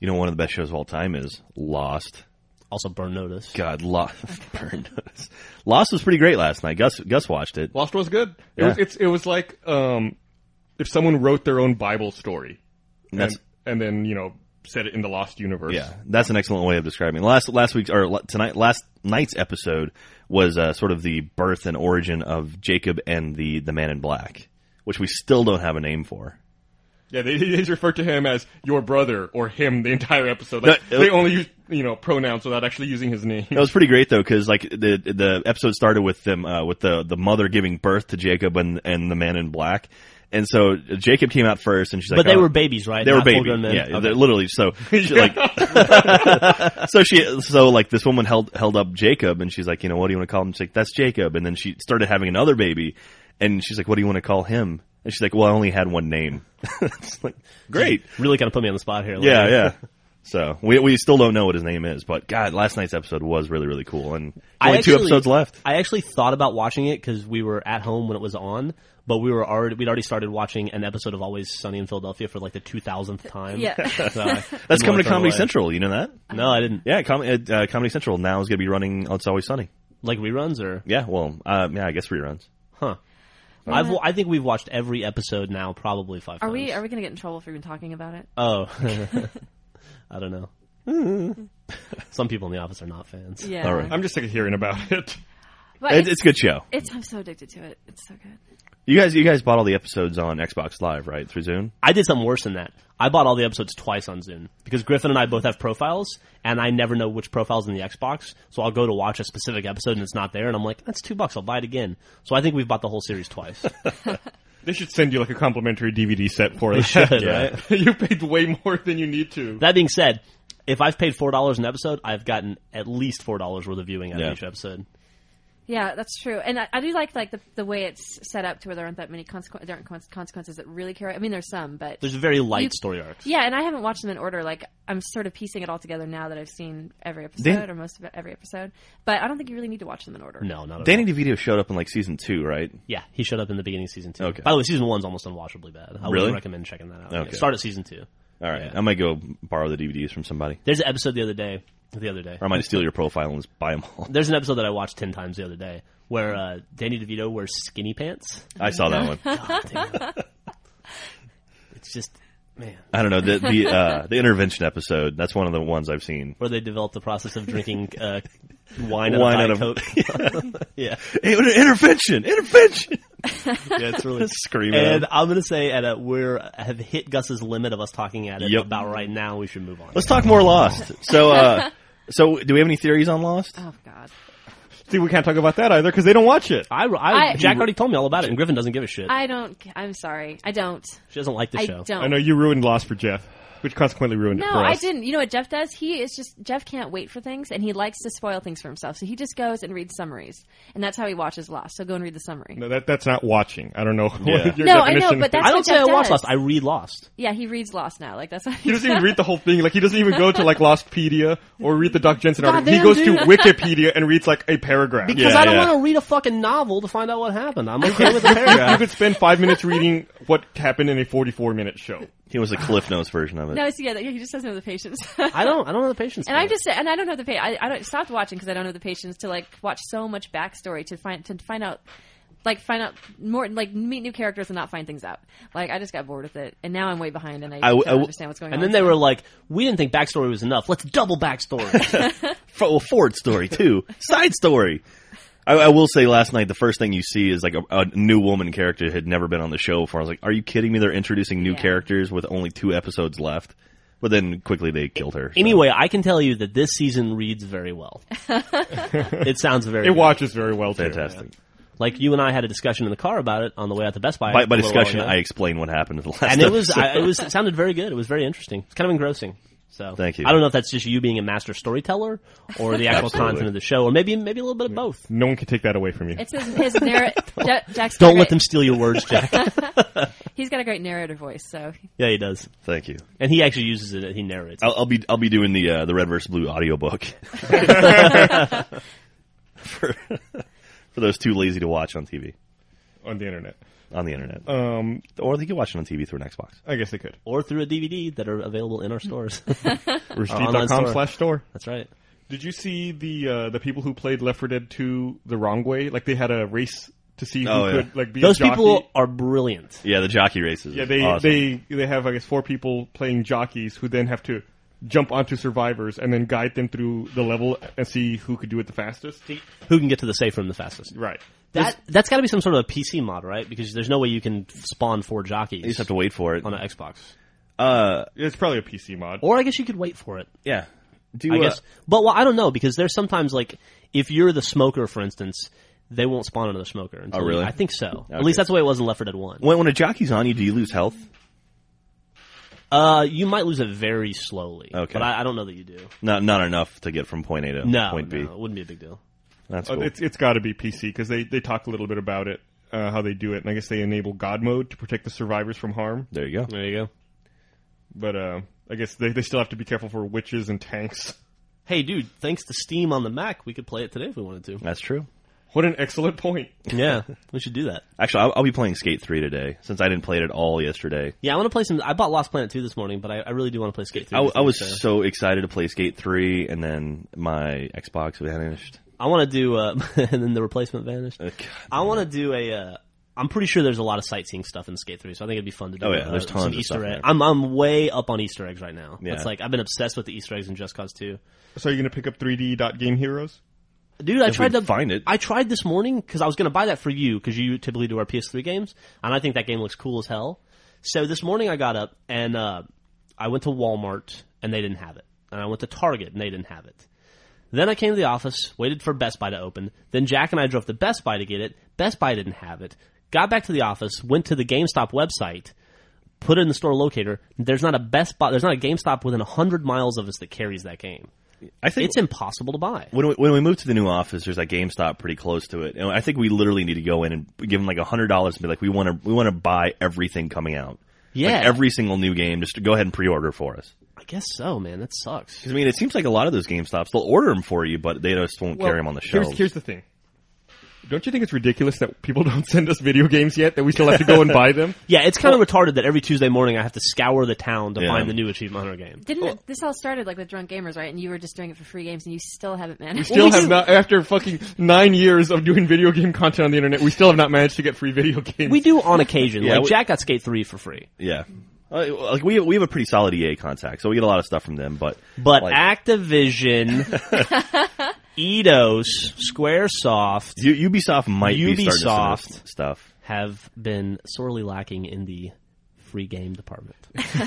S4: You know, one of the best shows of all time is Lost.
S2: Also Burn Notice.
S4: God, [laughs] Lost. Burn notice. Lost was pretty great last night. Gus Gus watched it.
S3: Lost was good. It
S4: Yeah.
S3: was it's, it was like um, if someone wrote their own Bible story,
S4: And that's
S3: and then you know set it in the Lost universe.
S4: yeah, that's an excellent way of describing. it. Last last week's or la- tonight last night's episode was uh, sort of the birth and origin of Jacob and the the Man in Black, which we still don't have a name for.
S3: yeah. They, [laughs] they just refer to him as your brother or him the entire episode. Like,
S4: No, it-
S3: they only use you know pronouns without actually using his [laughs] name.
S4: That was pretty great though, because like the the episode started with them uh, with the the mother giving birth to Jacob and and the Man in Black, and so Jacob came out first, and she's like,
S2: But they
S4: "Oh."
S2: were babies, right?
S4: They were
S2: Not full
S4: baby,
S2: grown men?
S4: yeah.
S2: Okay.
S4: they're Literally, so
S2: [laughs]
S4: she, like, [laughs] so she, so like this woman held held up Jacob, and she's like, you know, what do you want to call him? She's like, that's Jacob, and then she started having another baby, and she's like, what do you want to call him? And she's like, well, I only had one name. [laughs] it's like great,
S2: Really kind of put me on the spot here. like- [laughs]
S4: yeah, yeah. So we we still don't know what his name is, but God, last night's episode was really really cool, and
S2: I
S4: only two
S2: actually-
S4: episodes left.
S2: I actually thought about watching it because we were at home when it was on, but we were already we'd already started watching an episode of Always Sunny in Philadelphia for like the two thousandth time.
S5: Yeah. [laughs]
S2: So uh, I didn't
S4: That's coming
S2: wanna throw
S4: to
S2: it
S4: Comedy
S2: away. Uh-huh.
S4: Central. You know that?
S2: No, I didn't.
S4: Yeah, Com- uh, Comedy Central now is going to be running It's Always Sunny.
S2: Like reruns or
S4: Yeah, well, uh, yeah, I guess reruns.
S2: huh? I've wa- I think we've watched every episode now, probably five
S5: uh, Are
S2: times.
S3: Uh,
S5: [laughs] we are we gonna get in trouble for even talking about it?
S2: Oh, [laughs] I don't know. Some people in the office are not fans.
S5: Yeah.
S4: All right.
S3: I'm just sick of hearing about it.
S2: Uh,
S5: But
S4: It's,
S5: it's,
S4: it's a good show.
S5: it's- I'm so addicted to it. It's so good.
S4: You guys, you guys bought all the episodes on Xbox Live, right? Through Zoom.
S2: I did something worse than that. I bought all the episodes twice on Zoom because Griffin and I both have profiles, and I never know which profile's in the Xbox. So I'll go to watch a specific episode and it's not there, and I'm like, that's two bucks. I'll buy it again. So I think we've bought the whole series
S4: [laughs]
S2: twice.
S3: They should send you like a complimentary DVD set for that.
S2: should, Yeah.
S3: [laughs] you paid way more than you need to.
S2: that being said, if I've paid four dollars an episode, I've gotten at least four dollars worth of viewing out
S4: Yeah.
S2: of each episode.
S5: Yeah, that's true. And I, I do like like the, the way it's set up to where there aren't that many consequ- there aren't cons- consequences that really carry. I mean, there's some, but
S2: There's very light
S5: You-
S2: story arcs.
S5: yeah. And I haven't watched them in order. Like I'm sort of piecing it all together now that I've seen every episode
S4: They-
S5: or most of it- every episode. But I don't think you really need to watch them in order.
S2: No, not at all.
S4: Danny DeVito showed up in like season two, right?
S2: Yeah, he showed up in the beginning of season two.
S4: Okay.
S2: By the way, season one's almost unwatchably bad. I
S4: Really?
S2: would recommend checking that out.
S4: Okay.
S2: Start at season two.
S4: All right, I might go borrow the DVDs from somebody,
S2: There's an episode the other day. The other day.
S4: or I might steal your profile and just buy them all. [laughs]
S2: There's an episode that I watched ten times the other day where uh, Danny DeVito wears skinny pants.
S4: I saw
S2: [laughs]
S4: that one.
S2: God damn. it's just man.
S4: I don't know the the uh, the intervention episode. That's one of the ones I've seen.
S2: Where they develop the process of [laughs] drinking uh, wine out
S4: Wine out
S2: of
S4: of-
S2: Diet Coke. [laughs] yeah,
S4: Hey, intervention, intervention! [laughs]
S2: yeah, it's [laughs] really.
S4: Screaming.
S2: And I'm gonna say at a, we're have hit Gus's limit of us talking at it
S4: Yep.
S2: about right now. We should move on.
S4: Let's talk more Lost. So,
S5: [laughs]
S4: uh, so do we have any theories on Lost?
S5: Oh God.
S3: See, we can't talk about that either because they don't watch it.
S2: I, I-
S5: I-
S2: Jack already told me all about it, and Griffin doesn't give a shit.
S5: I don't. I'm sorry. I don't.
S2: she doesn't like the
S5: I
S2: show.
S5: don't.
S3: I know you ruined Lost for Jeff, which consequently ruined it
S5: No,
S3: for
S5: I
S3: us.
S5: didn't. You know what Jeff does? He is just Jeff can't wait for things, and he likes to spoil things for himself. So he just goes and reads summaries, and that's how he watches Lost. So go and read the summary.
S3: No, that, that's not watching. I don't know [laughs] what your
S5: No, I know,
S3: definition
S5: but
S3: is.
S5: that's-
S2: I don't
S5: what
S2: say I
S5: Jeff
S2: watched
S5: does.
S2: Lost. I read Lost.
S5: Yeah, he reads Lost now. Like that's how
S3: He doesn't even read the whole thing. Like he doesn't even go to like Lostpedia or read the Doc Jensen article. He
S5: Goddamn,
S3: goes to
S5: dude.
S3: Wikipedia and reads like a paragraph.
S2: Because
S4: Yeah,
S2: I don't
S4: yeah.
S2: want to read a fucking novel to find out what happened. I'm okay [laughs] with a paragraph.
S3: You could spend five minutes reading what happened in a 44 minute show.
S4: He was a Cliff Notes version of it.
S5: No, it's yeah, that- he just doesn't have the patience. [laughs]
S2: I don't. I don't have the patience.
S5: And
S2: for
S5: I'm
S2: it.
S5: just, and I don't have the pa I, I don't stopped watching because I don't have the patience to like watch so much backstory to find to find out, like find out more, like meet new characters and not find things out. Like I just got bored with it, and now I'm way behind, and I,
S4: w-
S5: don't
S4: I w-
S5: understand what's going
S2: And
S5: on.
S2: then they were like, "We didn't think backstory was enough. Let's double backstory." [laughs]
S4: F- well, forward story too, side story. I, I will say, last night the first thing you see is like a, a new woman character who had never been on the show before. I was like, "Are you kidding me? They're introducing new
S5: Yeah.
S4: characters with only two episodes left." But then quickly they killed her. so.
S2: anyway, I can tell you that this season reads very
S5: [laughs]
S2: well. it sounds very.
S3: It
S2: good.
S3: watches very well too.
S4: fantastic.
S2: Like you and I had a discussion in the car about it on the way out to Best Buy.
S4: By,
S2: a
S4: by
S2: little while
S4: discussion,
S2: ago.
S4: I explained what happened in the last.
S2: and it was.
S4: episode.
S2: I, [laughs] it was. It sounded very good. It was very interesting. It's kind of engrossing. So
S4: Thank you.
S2: I don't know if that's just you being a master storyteller or the actual
S4: Absolutely.
S2: content of the show, or maybe maybe a little bit of both.
S3: No one can take that away from you.
S5: it's his, his
S2: [laughs]
S5: narr- Ja- Jack's got
S2: Don't
S5: a
S2: let
S5: great-
S2: them steal your words, Jack.
S5: He's got a great narrator voice, so
S2: [laughs] yeah, he does,
S4: Thank you.
S2: and he actually uses it. He narrates.
S4: I'll, I'll be I'll be doing the uh, the red versus
S2: [laughs]
S4: blue audiobook [laughs] for for those too lazy to watch on TV
S3: on the internet.
S4: on the internet,
S3: Um,
S4: or they can watch it on TV through an Xbox.
S3: I guess they could.
S2: or through a DVD that are available in our stores. [laughs] Uh, online
S3: Rushdie.com
S2: store.
S3: slash store.
S2: That's right.
S3: Did you see the uh, the people who played Left 4 Dead 2 the wrong way? Like they had a race to see who
S4: Oh, yeah.
S3: could like be
S2: Those
S3: a jockey.
S2: people are brilliant.
S4: Yeah, the jockey races.
S3: Yeah,
S4: is
S3: they
S4: awesome.
S3: they they have I guess four people playing jockeys who then have to jump onto survivors and then guide them through the level and see who could do it the fastest.
S2: Who can get to the safe room the fastest?
S3: Right.
S2: That that's got to be some sort of a PC mod, right? Because there's no way you can spawn four jockeys
S4: You just have to wait for it.
S2: on an Xbox.
S4: Uh,
S3: It's probably a PC mod.
S4: Oh,
S2: Or I guess you could wait for it.
S4: yeah. Do
S2: I
S4: uh,
S2: guess, but well, I don't know because there's sometimes like if you're the smoker, for instance, they won't spawn another smoker. Until
S4: Oh, really?
S2: I think so. At
S4: Okay.
S2: least that's the way it was in Left 4 Dead One.
S4: when when a jockey's on you, do you lose health?
S2: Uh, you might lose it very slowly.
S4: Okay.
S2: but I, I don't know that you do.
S4: Not not enough to get from point A to
S2: No,
S4: point B.
S2: no, it wouldn't be a big deal.
S4: That's
S3: Uh,
S4: cool.
S3: It's it's got to be PC because they they talk a little bit about it uh, how they do it and I guess they enable God mode to protect the survivors from harm.
S4: there you go.
S2: There you go.
S3: But uh, I guess they they still have to be careful for witches and tanks. [laughs]
S2: Hey, dude! Thanks to Steam on the Mac, we could play it today if we wanted
S4: [laughs]
S2: to.
S4: That's true.
S3: What an excellent point.
S2: yeah, we should do that.
S4: Actually, I'll, I'll be playing Skate Three today since I didn't play it at all yesterday.
S2: Yeah, I want to play some. I bought Lost Planet 2 this morning, but I, I really do want to play Skate 3.
S4: I,
S2: with
S4: I
S2: you,
S4: was
S2: so.
S4: so excited to play Skate 3, and then my Xbox vanished. [laughs]
S2: [laughs] I want to do. Uh, and then the replacement vanished.
S4: Uh,
S2: I want to do a. Uh, I'm pretty sure there's a lot of sightseeing stuff in Skate 3, so I think it'd be fun to do.
S4: Oh, yeah,
S2: uh,
S4: there's tons
S2: some
S4: of
S2: Easter
S4: stuff in
S2: egg-
S4: there.
S2: I'm I'm way up on Easter eggs right now.
S4: Yeah.
S2: It's like I've been obsessed with the Easter eggs in Just Cause 2.
S3: So are you going to pick up 3D dot Game Heroes?
S2: Dude, I
S4: If
S2: tried
S4: we
S2: to
S4: find it.
S2: I tried this morning because I was going to buy that for you because you typically do our PS3 games, and I think that game looks cool as hell. So this morning I got up and uh, I went to Walmart and they didn't have it, and I went to Target and they didn't have it. Then I came to the office, waited for Best Buy to open. Then Jack and I drove to Best Buy to get it. Best Buy didn't have it. Got back to the office, went to the GameStop website, put it in the store locator. There's not a Best Buy, there's not a GameStop within hundred miles of us that carries that game.
S4: I think
S2: It's impossible to buy.
S4: when we, when we moved to the new office, there's that GameStop pretty close to it, and I think we literally need to go in and give them like a hundred dollars and be like, we want to we want to buy everything coming out.
S2: Yeah,
S4: like every single new game. Just go ahead and pre-order for us.
S2: I guess so, man. That sucks.
S4: 'Cause, I mean, it seems like a lot of those GameStops they'll order them for you, but they just won't carry them on the
S3: Here's,
S4: shelves.
S3: here's the thing. Don't you think it's ridiculous that people [laughs] don't send us video games yet that we still have to go and buy them?
S2: Yeah, it's kind of retarded that every Tuesday morning I have to scour the town to
S4: Yeah.
S2: find the new Achievement Hunter
S4: [laughs]
S2: game.
S5: Didn't it- this all started like with drunk gamers, right? And you were just doing it for free games, and you still haven't managed. [laughs]
S3: Still
S5: Well, we
S3: have not after fucking nine years of doing video game content on the internet, we still have not managed to get free video [laughs] games.
S2: We do on occasion.
S4: Yeah,
S2: like
S4: we-
S2: Jack got Skate Three for free,
S4: yeah. Uh, Like we we have a pretty solid EA contact, so we get a lot of stuff from them. But
S2: but
S4: like,
S2: [laughs] Activision, Eidos, SquareSoft
S4: U- Ubisoft might be starting to send us
S2: Ubisoft.
S4: stuff.
S2: have been sorely lacking in the free game department.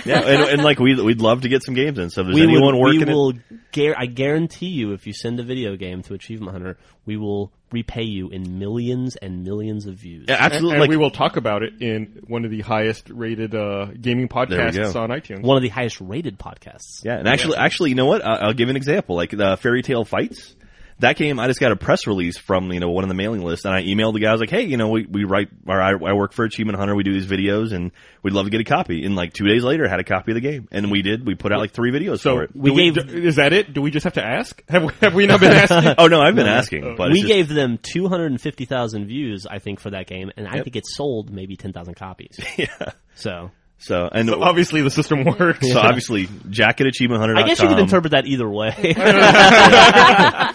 S4: Yeah, and, and like we we'd love to get some games in. So if there's
S2: we
S4: anyone
S2: would,
S4: working,
S2: we
S4: in-
S2: will. Gar- I guarantee you, if you send a video game to Achievement Hunter, we will repay you in millions and millions of views.
S4: yeah,
S3: and,
S4: absolutely.
S3: and
S4: like,
S3: we will talk about it in one of the highest rated uh, gaming podcasts
S4: go.
S3: on iTunes.
S2: One of the highest rated podcasts.
S4: Yeah, and actually, actually, you know what? I'll, I'll give an example. Like the Fairy Tale Fights, that game, I just got a press release from you know one on the mailing list, and I emailed the guy. I was like, hey, you know, we we write, or I, I work for Achievement Hunter. We do these videos, and we'd love to get a copy. And like two days later, I had a copy of the game, and we did. We put out like three videos
S3: so
S4: for it.
S3: do
S2: we gave-
S3: do- is that it? Do we just have to ask? [laughs] Have we, have we not
S4: [laughs]
S3: been asked?
S4: Oh no, I've been asking, but
S2: we
S4: it's just-
S2: gave them 250,000 views, I think, for that game, and I think it sold maybe 10,000 copies.
S4: [laughs]
S2: yeah. So.
S4: so and so,
S3: Oh, Obviously, the system works.
S4: obviously Jack at Achievement Hunter.
S2: I guess you could interpret that either
S5: [laughs]
S2: way. [laughs]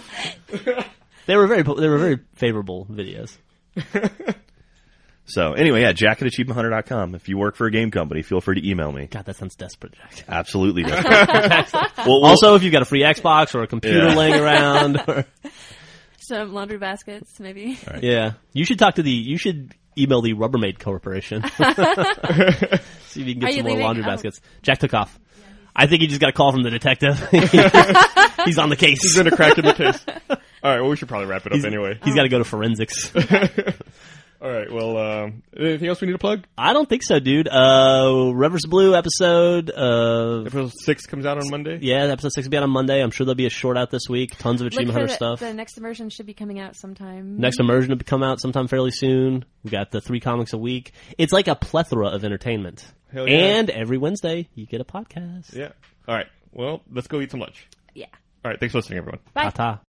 S2: they were very they were very favorable videos.
S4: So anyway, yeah, Jack at AchievementHunter.com. If you work for a game company, feel free to email me.
S2: God, that sounds desperate, Jack.
S4: Absolutely. well, also,
S2: Also, if you've got a free Xbox or a computer
S4: Yeah.
S2: laying around,
S4: [laughs]
S2: or,
S5: Some laundry baskets, maybe.
S2: yeah, you should talk to the you should email the Rubbermaid
S5: [laughs]
S2: Corporation. [laughs] See if you can
S5: Are
S2: get some more
S5: you leaving?
S2: laundry
S5: Oh.
S2: baskets. Jack took off. I think he just got a call from the
S5: [laughs]
S2: detective. [laughs] He's on the case.
S3: He's been a crack in the
S4: [laughs]
S3: case. All right. Well, we should probably wrap it up
S2: He's-
S3: anyway. [laughs]
S2: He's got to go to forensics.
S3: All right. Well, um, anything else we need to plug?
S2: I don't think so, dude. Uh, Reverse Blue episode of
S3: April six comes out on Monday.
S2: yeah, episode six will be out on Monday. I'm sure there'll be a short out this week. Tons of
S5: Look
S2: achievement
S5: for
S2: hunter
S5: the,
S2: stuff.
S5: the next immersion should be coming out sometime.
S2: Next immersion to come out sometime fairly soon. We got the three comics a week. It's like a plethora of entertainment.
S3: Hell yeah.
S2: And every Wednesday you get a podcast.
S3: Yeah. All right. Well, let's go eat some lunch.
S5: Yeah.
S3: All right. Thanks for listening, everyone.
S5: Bye.
S2: Ta-ta.